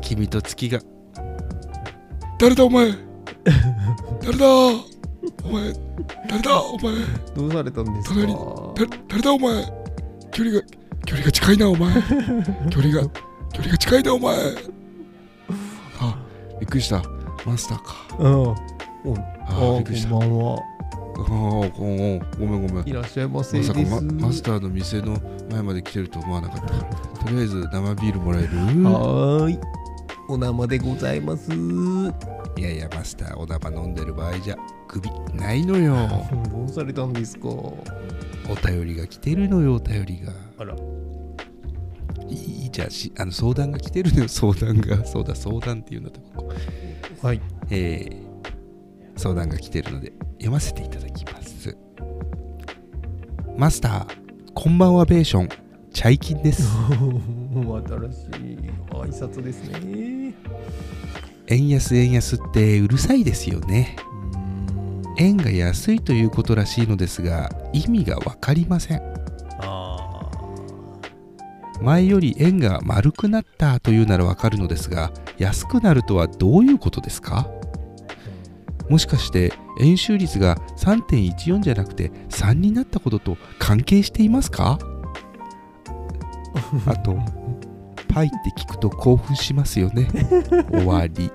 君と月が誰だお前誰だお前誰だお前
どうされたんですか
隣に誰誰だお前距離が距離が近いなお前距離が距離が近いなお前あびっくりしたマスターか
うん。うん
あ
あ
びっくりした
こんばんは。
ああごごめんごめん
いらっしゃいませ
ま
です。
さかママスターの店の前まで来てると思わなかったからとりあえず生ビールもらえる
はーい。お生でございます。ど
いやいやマスターお生飲んでる場合じゃ首ないのよ
うされたんですか
お便りが来てるのよお便りが
あら。
いいじゃあしあの相談が来てるのよ 相談がそうだ相談っていうんだとここ
はい。
えー相談が来てるので読ませていただきますマスターこんばんはベーションチャイキン です
新しい挨拶ですね。
円安円安ってうるさいですよね円が安いということらしいのですが意味が分かりません
あ
前より円が丸くなったというならわかるのですが安くなるとはどういうことですかもしかして円周率が3.14じゃなくて3になったことと関係していますかあとパイって聞くと興奮しますよね終わり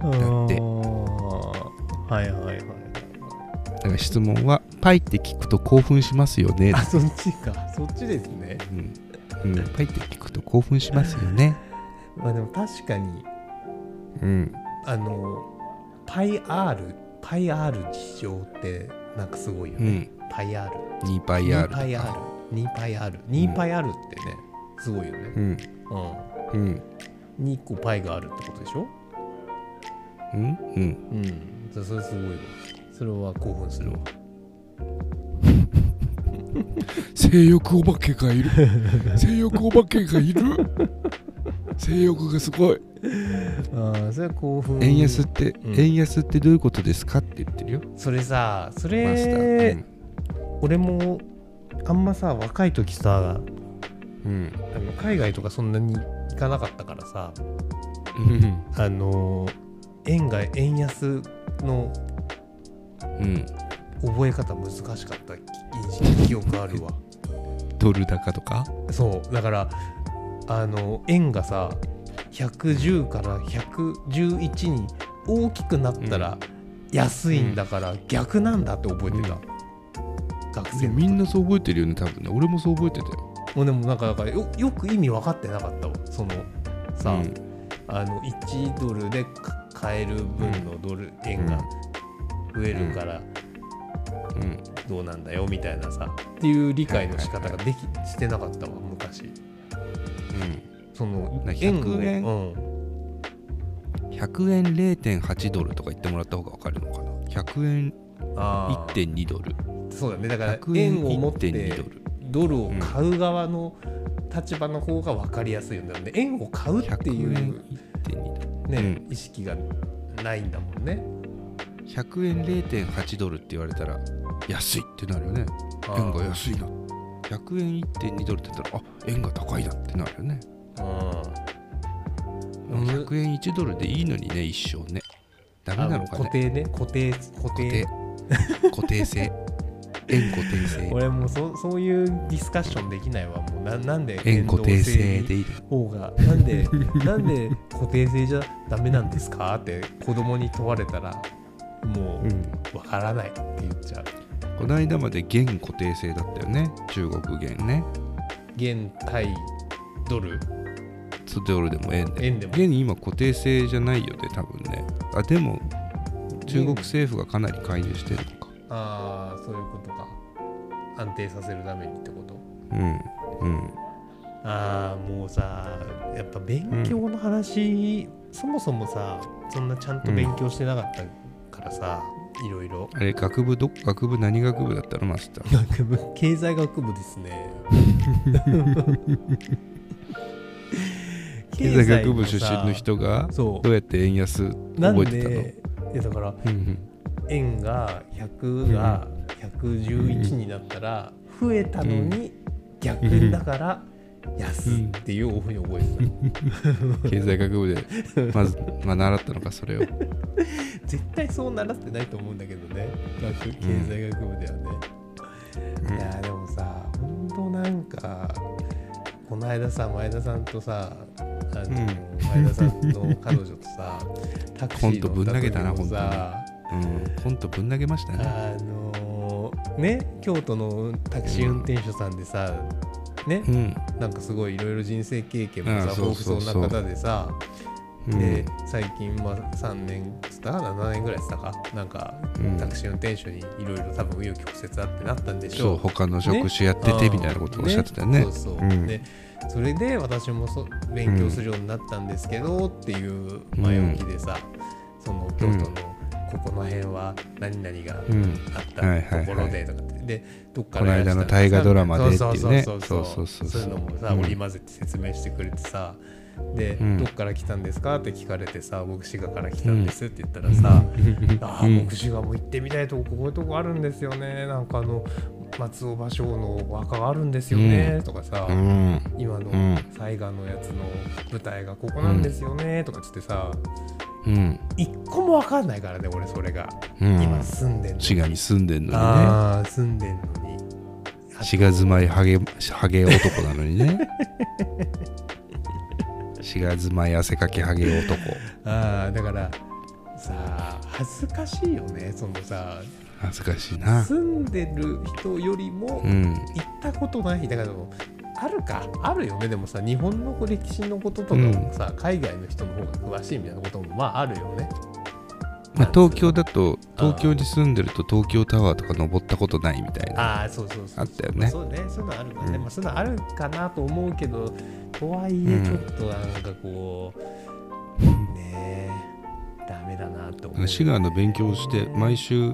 あ。
だって
はいはいはい。
だから質問はパイって聞くと興奮しますよね
あ、そっちか。そっちですね。
うん、うん、パイって聞くと興奮しますよね
まあでも確かに、
うん
あの、パイ R、パイ R 事情ってなんかすごいよ
う
ね。
ん
パイ R。
2パイ
2
R
パイ R。2パイ R。2パイ R ってね。すごいよね。
うん
う
うん
ん。に1個パイがあるってことでしょ
うんうん
うん。そそれすごいわ。それは興奮するわ。
性欲お化けが いる性欲お化けがいる性欲がすごい
ああ、それは興奮。
円安って、
うん
円安ってどういうことですかって言ってるよ、
それさ、
マ
そ
スタ
れ、
ー
俺もあんまさ、若い時さ、
うん
あの海外とかそんなに行かなかったからさ、
うん
あの円が円安の
うん
覚え方難しかった印象記憶あるわ
ドル高とか
そうだからあの円がさ110から111に大きくなったら安いんだから逆なんだって覚えてた、学
いや
生
みん
な
なそう覚えてるよね多分ね俺もそう覚えてたよ
もうでもなんかだからよよく意味分かってなかったわそのさ、
うん
あの1ドルでか買える分のドル円が増えるか
う
ら、
ん
どうなんだよみたいなさっていう理解の仕方ができしてなかったわ昔その
な
円を
100円
うん、
うん100円0.8ドルとか言ってもらった方が分かるのかな100円
あー
1.2ドル
そうだねだから
100
円
円
を持っ
1.2
て
ドル
ドルを買う側の立場の方が分かりやすいんだよね円を買うってい
100円
う、
1.2ドル
ね
う
意識がないんだもんね
100円0.8ドルって言われたら安いってなるよね
あー
円が安いな100円1.2ドルって言ったらあ円が高いなってなるよね
うん
100円1ドルでいいのにね一生ねダメ
あ
な
の
のか
固
ね
定ね固定固定
固定固定性円固定性
俺もうそそういうディスカッションできないわもうななんで
円固定性
に
でいい
方がなんで なんで固定性じゃダメなんですかって子供に問われたらも
の、うん
うわからないって言っちゃう
この間まで元固定性だったよね中国元ね
現対ドル
ドルでも円で
円でも
元今固定性じゃないよね多分ねあでも中国政府がかなり介入してるのか
ああそういうことか安定させるためにってこと
うんうん
ああもうさやっぱ勉強の話、そもそもさそんなちゃんと勉強してなかったからさ、いろいろ
あれ学部ど学部何学部だったのマスター
学部 経済学部ですね
経済学部出身の人が
そ
どうやって円安
うなん
覚えてたの
でいやだから
うん
円が100が111になったら増えたのに逆だから安っていうふうに覚えて
うん経済学 部でまず、まあ、習ったのかそれを
た 絶対そう習ってないと思うんだけどね学経済学部ではね、いやーでもさほんとなんかこの間さ前田さんとさあの、前田さんの彼女とさタクシー乗
ほんとぶん投げたな
った時もさ
うんほんとぶん投げましたね
あのーね京都のタクシー運転手さんでさ、ね
うん
なんかすごいいろいろ人生経験もさ
ああそ
豊
うそうそう
富そうな方でさ
うん
で最近まあ3年つったかな7年ぐらいつったかなんか
うん
タクシー運転手にいろいろ多分紆余曲折あってなったんでし
そ
ょ
う
う
他の職種やっててみたいなことをおっしゃってたよね
ああそうそう、
うん
でそれで私もそ勉強するようになったんですけどっていう前置きでさ、その京都のここの辺は何々が
うん
あったところでとかって、でどっから
この間の大河ドラマでっていうね
そうそうそ
そうそうう
うそそ
そううそう
いうのもさ
うん
織り交ぜて説明してくれてさ、で、
うん
どっから来たんですかって聞かれてさ僕滋賀から来たんですって言ったらさ、ああ僕滋賀も行ってみたいとここういうとこあるんですよねなんかあの松尾芭蕉のお墓があるんですよね、とかさ、
うん
今の
うん
西賀のやつの舞台がここなんですよね、とかっつってさ
うん
一個も分かんないからね俺それが、
うん
今住んでんの
滋賀に住んでんのにね
ああ住んでんのに
滋賀住まいハゲハゲ男なのにね 滋賀住まい汗かきハゲ男
ああだからさあ恥ずかしいよねそのさ
恥ずかしいな
住んでる人よりも
うん
行ったことないだからでもあるかあるよねでもさ日本の歴史のこととか
うん
もさ、海外の人の方が詳しいみたいなこともまああるよね
まあ、東京だと東京に住んでると東京タワーとか登ったことないみたいな
ああそうそうそう
あったよね
そうねそういうのあるわね、
うん
まあそういうのあるかなと思うけどとはいえ
うん
ちょっとなんかこう、ねえダメだなと思う
滋賀の勉強をして毎週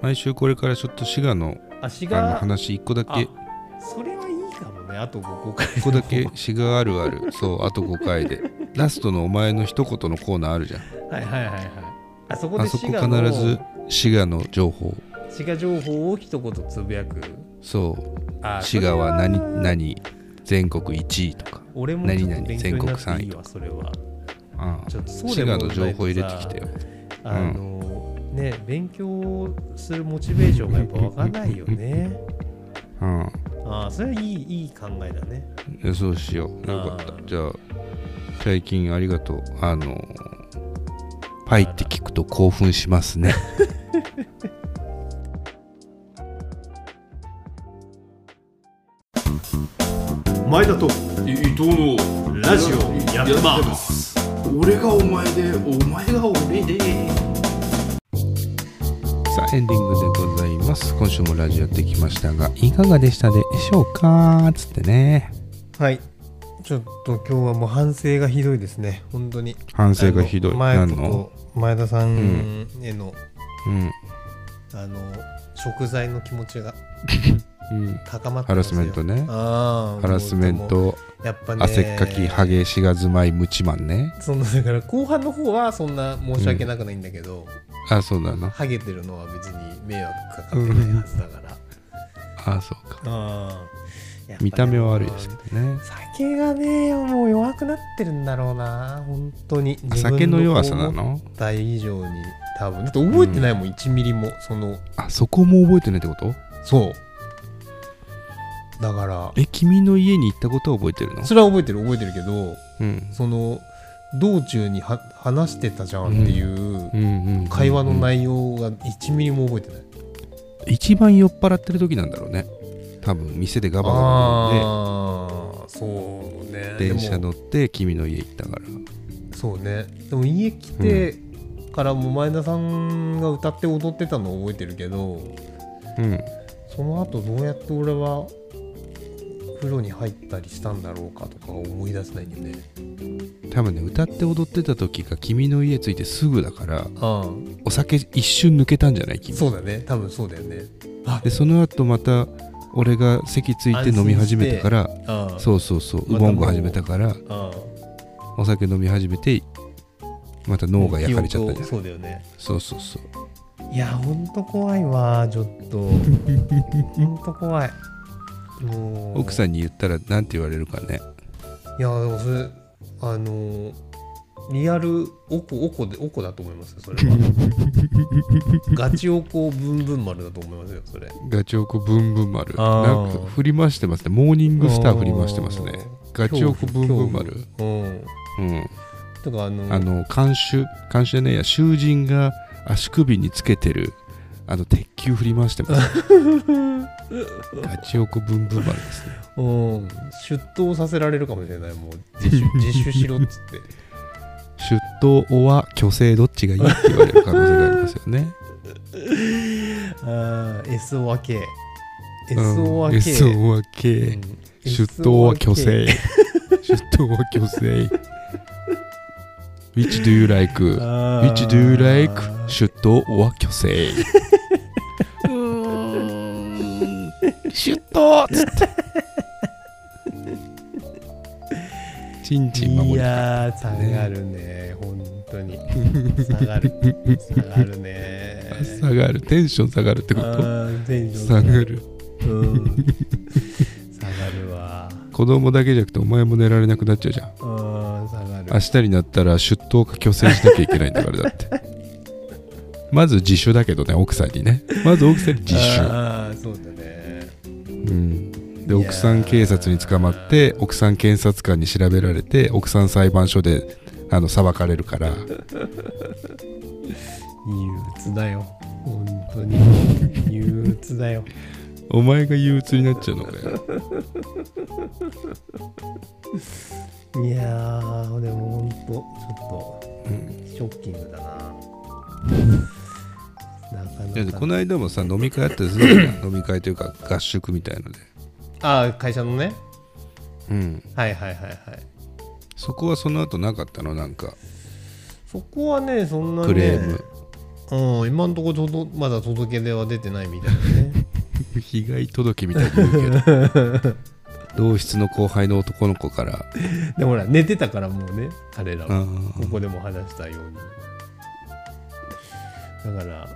毎週これからちょっと滋賀の
あ滋
あの
賀
話1個だけ1
あそれはいいかもねあと5回
個だけ滋賀あるあるそうあと5回でラストのお前の一言のコーナーあるじゃん
はいはいはいはいあそこ
あ
で
そこ
滋
必
賀の
ず滋賀の情報
滋賀情報を一言つぶやく
そう
あ
滋賀は何
それは
何全国1位とか
俺もちょっと
何々
勉強になってい
全
い
国
わそれは
ああ
ちょっとそうで
滋
も
賀
ないと
の
さ
情報入れてきてよ
あの、ね勉強するモチベーションがやっぱわかんないよね
うん
ああそれはいいいい考えだね
いやそうしようよかった
あー
じゃあ最近ありがとうあのパイって聞くと興奮します ね
前田と伊藤のラジオやってます俺がお前でお前が俺で
さあエンディングでございます今週もラジオやってきましたがいかがでしたでしょうかつってね
はいちょっと今日はもう反省がひどいですね本当に
反省がひどい
あの前
何
田
の
と前田さん
ん
への、
うん、
あの食材の気持ちが
うん、
高まって
ハ
ま
ラ
す
ス
よ
メントね
ああ
ハラスメン
もう
ト
でもやっぱね
汗っかきハゲしがずまいムチマンね
そのだから後半の方はそんな申し訳なくないんだけど、
あそうだな
ハゲてるのは別に迷惑かかってないはずだから、
あそうか
ああ
見た目は悪いですけどね
酒がねもう弱くなってるんだろうな本当に
あ酒の弱さな
自分
の
思った以上に多分だって覚えてないもん、1ミリもその
あそこも覚えてないってこと
そうだから
え君の家に行ったことは覚えてるの
それは覚えてる覚えてるけど
うん
その道中には話してたじゃんっていう
うんうんうん
会話の内容が1ミリも覚えてない、
一番酔っ払ってる時なんだろうね多分店でガバガバ飲んで
ああそうね
電車
でも
乗って君の家行ったから
そうねでも家来てからも前田さんが歌って踊ってたのを覚えてるけど
うん
その後どうやって俺は風呂に入ったりしたんだろうかとか思い出せないんだよね
多分ね歌って踊ってた時が君の家着いてすぐだから
ああ
お酒一瞬抜けたんじゃない君
そうだね多分そうだよね
でその後また俺が席ついて飲み始めたから
ああ
そうそうそう
ま
ウ
た
ボ
もう
ンゴ始めたから
ああ
お酒飲み始めてまた脳が焼かれちゃったじゃ
記憶を
ん
そうだよね
そうそうそう
いやほんと怖いわちょっ とほんと怖いもう
奥さんに言ったらなんて言われるかね
いやでもそれあのーリアルおこおこでおこだと思いますよそれ はガチおこぶんぶん丸だと思いますよそれ
ガチョコブンブン丸
あ
な
ー
んか振り回してますねモーニングスター振り回してますねガチョコブンブン丸
うん
うん
とかあの
あの監修監修じゃないや囚人が足首につけてるあの鉄球振り回してます ガチョコブンブン丸ですね
うん出頭させられるかもしれないもう自首 自首しろっつって
出頭おは虚勢どっちがいいって言われる可能性がありますよね
あー SOAK
うん
SOAK う
SOAK
ん
出頭は虚 勢出頭は虚勢 Which do you like?
あー
Which do you like? 出頭は虚勢
うーんシュッとつって
ちんちん守
い
り
やー下がるね本当 に下がる下がるね
下がるテンション下がるってこ
あ
と
ーテンション
下がる
うん下がるわ
子供だけじゃなくてお前も寝られなくなっちゃうじゃん
うん下がる
明日になったら出頭か虚勢しなきゃいけないんだからだって まず自首だけどね奥さんにねまず奥さんに自首、
ああそうだね
うん、で奥さん警察に捕まって奥さん検察官に調べられて奥さん裁判所であの裁かれるから
憂鬱だよ本当に憂鬱だよ
お前が憂鬱になっちゃうのかよ
いやーでも本当ちょっと、ショッキングだなか
いや
な
で
か
この間もさ飲み会あったりするじゃ ん飲み会というか合宿みたいので、
ああ会社のね
うん、
はいはいはいはい
そこはその後なかったのなんか
そこはねそんなね
クレーム、
うん今のところ届まだ届け出は出てないみたいな ね
被害届みたいに言うけど 同室の後輩の男の子から
でもほら寝てたからもうね彼ら
う
は
ん
ここでも話したようにだから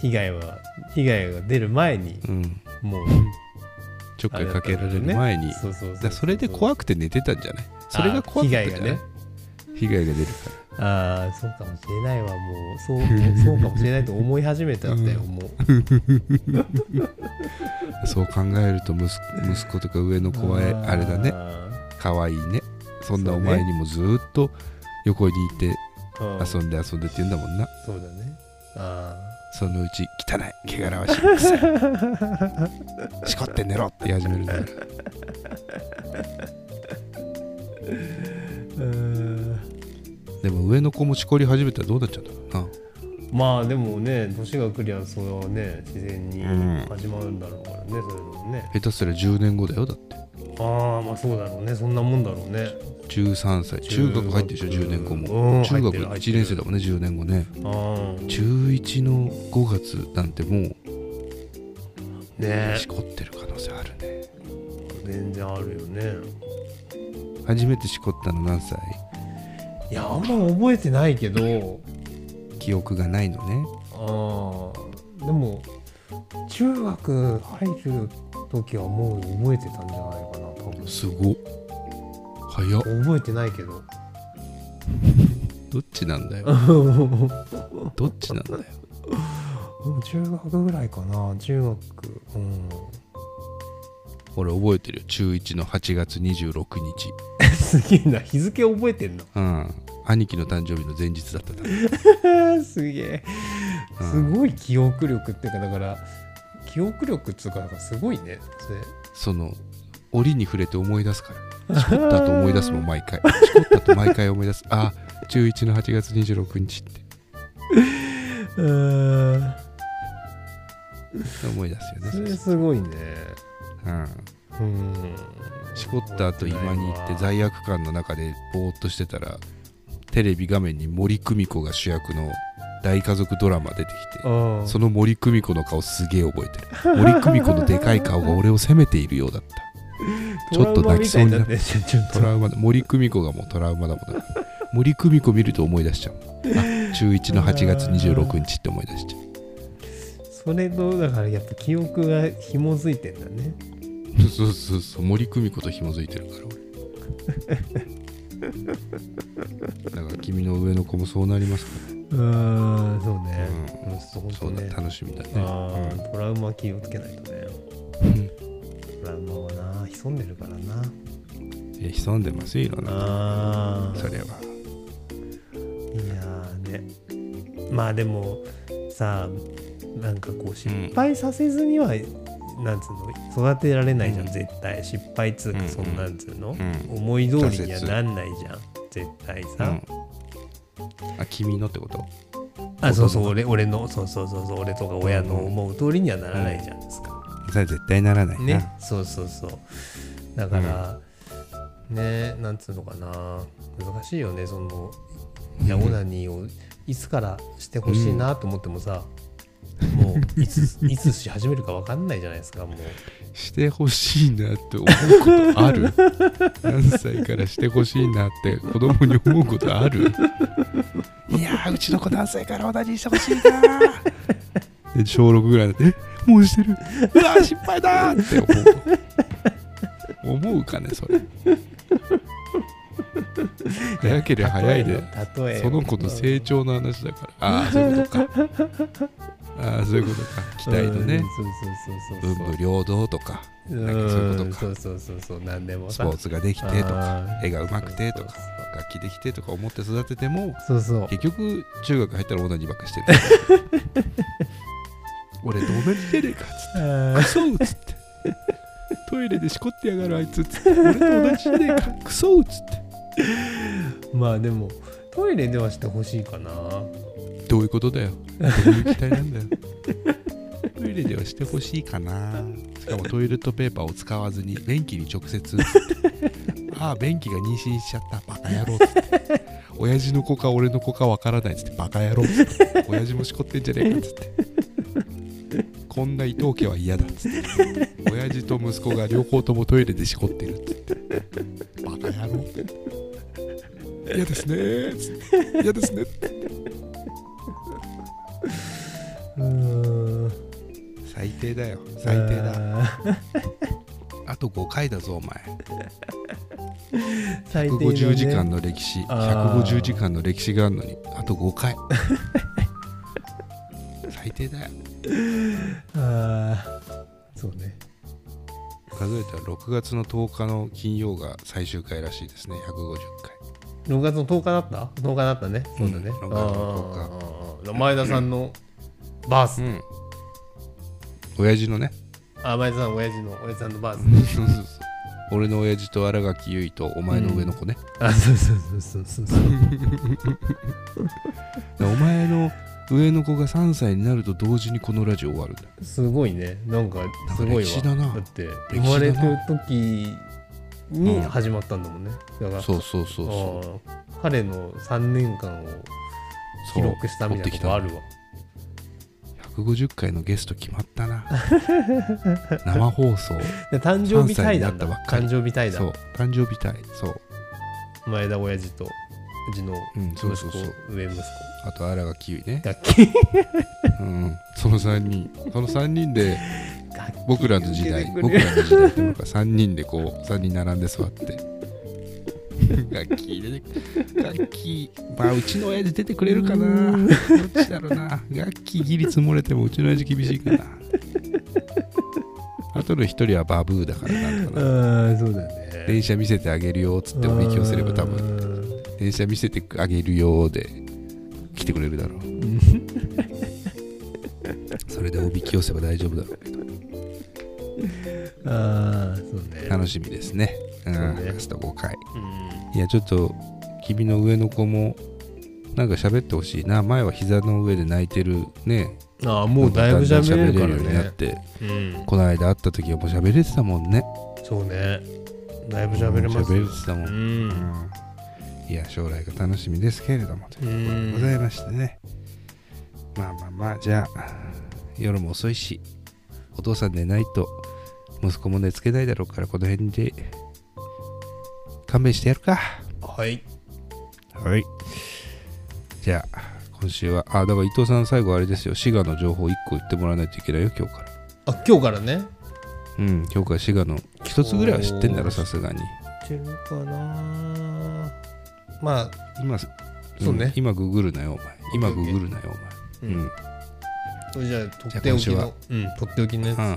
被害は被害が出る前に
うん
もう
ちょっ
あ
かい
だ
か
った
けられる
ね
前に
そうそう
だ
う
からそれで怖くて寝てたんじゃないそれが怖かったんじゃない
あ
被害が出るから
被害がねああそうかもしれないわもうそうそうかもしれないと思い始めたんだよ、もう
そう考えると息子息子とか上の子はえ
ー
あれだね可愛いねそんなお前にもずーっと横にいて
うん
遊んで遊んでって言うんだもんな
そうだねあ
そのうち汚い汚らわしい臭 いしこって寝ろって言い始めるんだよ
ーうーん
でも上の子もしこり始めたらどうなっちゃうんだろ
まあでもね年が来りゃそれはね自然に
うん
始まるんだろうからね、そういうのもね
うな下手すら10年後だよだって
ああまあそうだろうねそんなもんだろうね
13歳中学入ってるでしょ10年後
う
も
ん
中
入っ
学
てる入って
1
る
年生だもんね10年後ね
ああ
中1の5月なんてもう
ね
しこってる可能性あるね
全然あるよね
初めてしこったの何歳
いやあんま覚えてないけど
記憶がないのね
ああでも中学入る時はもう覚えてたんじゃないかな多分
すごっ早っ
覚えてないけど
どっちなん だよどっちなんだよ
うん中学ぐらいかな中学うん
俺覚えてるよ中1の8月26日
すげえな日付覚えてんの
うん兄貴の誕生日の前日だったんだ
すげえ
うん
すごい記憶力っていうかだから記憶力っつうかなんかすごいねそれ
その折に触れて思い出すからしこったと思い出すもん毎回しこったと毎回思い出すあ中1の8月26日って
うん
思い出すよね
そ
そ
れ
う
すごいね
うん
うん
しこった後今に行って罪悪感の中でぼーっとしてたらテレビ画面に森久美子が主役の大家族ドラマ出てきて
あ
その森久美子の顔すげえ覚えてる森久美子のでかい顔が俺を責めているようだったちょっと泣きそうになっ
トラウマみたいになってるちょっ
ト
と
ラウマだ森久美子がもうトラウマだ もんな森久美子見ると思い出しちゃうあ中1の8月26日って思い出しちゃ
それとだからやっぱ記憶が紐づいてんだね
うそうそうそう森久美子と紐づいてるから 俺だから君の上の子もそうなりますから
うんそうね、うん、そう本
そ
当
うだ、
ね
楽しみだね。
あートラウマ気をつけないとね
うん
トラウマはな潜んでるからない
や潜んでますよ、いろんな。
あー
それは。
いやーねまあでもさなんかこう失敗させずには、なんつうの育てられないじゃん、
うん
絶対失敗つうか、
うん
そんなんつうの、
うん
思い通りにはなんないじゃん絶対
う
さ
ん、。あ、君のってこと
あそうそう俺俺のそうそうそうそう俺とか親の思う通りにはならないじゃんですか、
それ絶対ならないな。
ねそうそうそうだから、ねなんつうのかな難しいよねそのいやオナニーをいつからしてほしいなと思ってもさ、もういついつし始めるか分かんないじゃないですかもう
してほしいなって思うことあ る何歳からしてほしいなって子供に思うことあるいやー、うちの子何歳から同じにしてほしいなー。で小6ぐらいで、えもうしてる。うわー、失敗だーって思う。思うかね、それ。早ければ早いで、
例え
その子の成長の話だから。ああ、そういうことか。ああ、そういうことか。期待の
うん
ね、
そうそうそう
文
そう
武両道とか、
うん
なんかそういうことか
そうそうそうそう何でも
ス
さ
ポーツができてとか、
あー
絵が上手くてとか
そうそうそう、
楽器できてとか思って育てても、
そうそう
結局、中学入ったら同じばっかしてる。俺と同じじゃねえかっつって、
あ
クソっつって。トイレでしこってやがるあいつっつって、俺と同じじゃねえか、クソっつって。
ーまあでもトイレではしてほしいかな
どういうことだよどういう期待なんだよトイレではしてほしいかなしかもトイレットペーパーを使わずに便器に直接ああ便器が妊娠しちゃったバカ野郎っつって親父の子か俺の子かわからないっつってバカ野郎っつって親父もしこってんじゃねえかっつってこんな伊藤家は嫌だっつって親父と息子が両方ともトイレでしこってるっつってバカ野郎嫌ですねーっつって嫌ですね
うーん
最低だよ最低だ
あー
あと5回だぞお前
最低だね
150時間の歴史
あー
150時間の歴史があるのにあと5回 最低だよ
あーそうね
数えたら6月の10日の金曜が最終回らしいですね150回
6月の10日だった ?10 日だったね。そうだね。
うん6月の
あー前田さんのバース。
ん親父のね
あ、前田さん、親父の、親父さんのバース。
そうそうそう俺の親父と新垣結衣とお前の上の子ね、
あ、そうそうそうそうそう。
でお前の上の子が3歳になると同時にこのラジオ終わるんだよ
すごいね。なんか、すごいわ。
歴史だな
だって、
史
生
だな
まれた時
う
に
ん
始まったんだもんね。だから、
そうそうそうそう
あー彼の3年間を記録したみたいなことあるわ。
150回のゲスト決まったな生放送
で誕生
三
日対
歳にな
談
った
だ
ばっ。かり
誕生日対
そう
談。
誕生日会そう、
前田親父と、うちの
うん、
息
そう
子
そうそう、
上息子。
あと新垣結衣ね、
だっけ
うん、その3人その3人で
楽器
僕らの時代
出てくる
僕らの時代っていうか3人でこう3人並んで座って楽器出てく楽器まあうちの親父出てくれるかなどっちだろうな楽器ギリ積もれてもうちの親父厳しいかなあとの1人はバブーだからなんとかな
ああ、そうだね。
電車見せてあげるよっつってお勉強すれば多分
分
電車見せてあげるよで来てくれるだ ろうそれでおびき寄せば大丈夫だろうけど
ああそうね
楽しみですねうん
そうね
ラスト5回いやちょっと君の上の子もなんか喋ってほしいな前は膝の上で泣いてるね
うんああもうだいぶ
なん
喋れるから
喋ようになっ
ね
て
うん
この間会った時はもう喋れてたもんね
そうねだいぶ喋れます
うん喋れてたもん
う
うんんいや将来が楽しみですけれどもといううところで
ん
ございましてねまあまあまあじゃあ夜も遅いしお父さん寝ないと息子も寝つけないだろうからこの辺で勘弁してやるか
はい
はいじゃあ今週はあだから伊藤さん最後あれですよ滋賀の情報1個言ってもらわないといけないよ今日から
あ今日からね
うん今日から滋賀の一つぐらいは知ってんだろさすがに
てるかなまあ
今
そうね
ん今ググるなよお前今ググるなよお前
う
うんん
じゃあとっておき
じゃあ今
のうんとっておきのやつ
うん、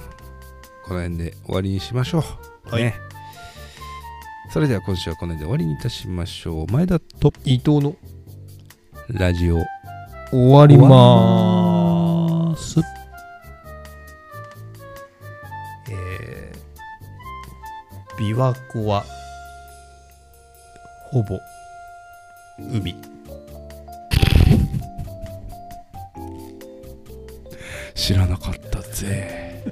この辺で終わりにしましょう。
はい
ねそれでは今週はこの辺で終わりにいたしましょう。前田と
伊藤の
ラジオ。
終わり
ま
ーすえー、琵琶湖はほぼ海
知らなかったぜ。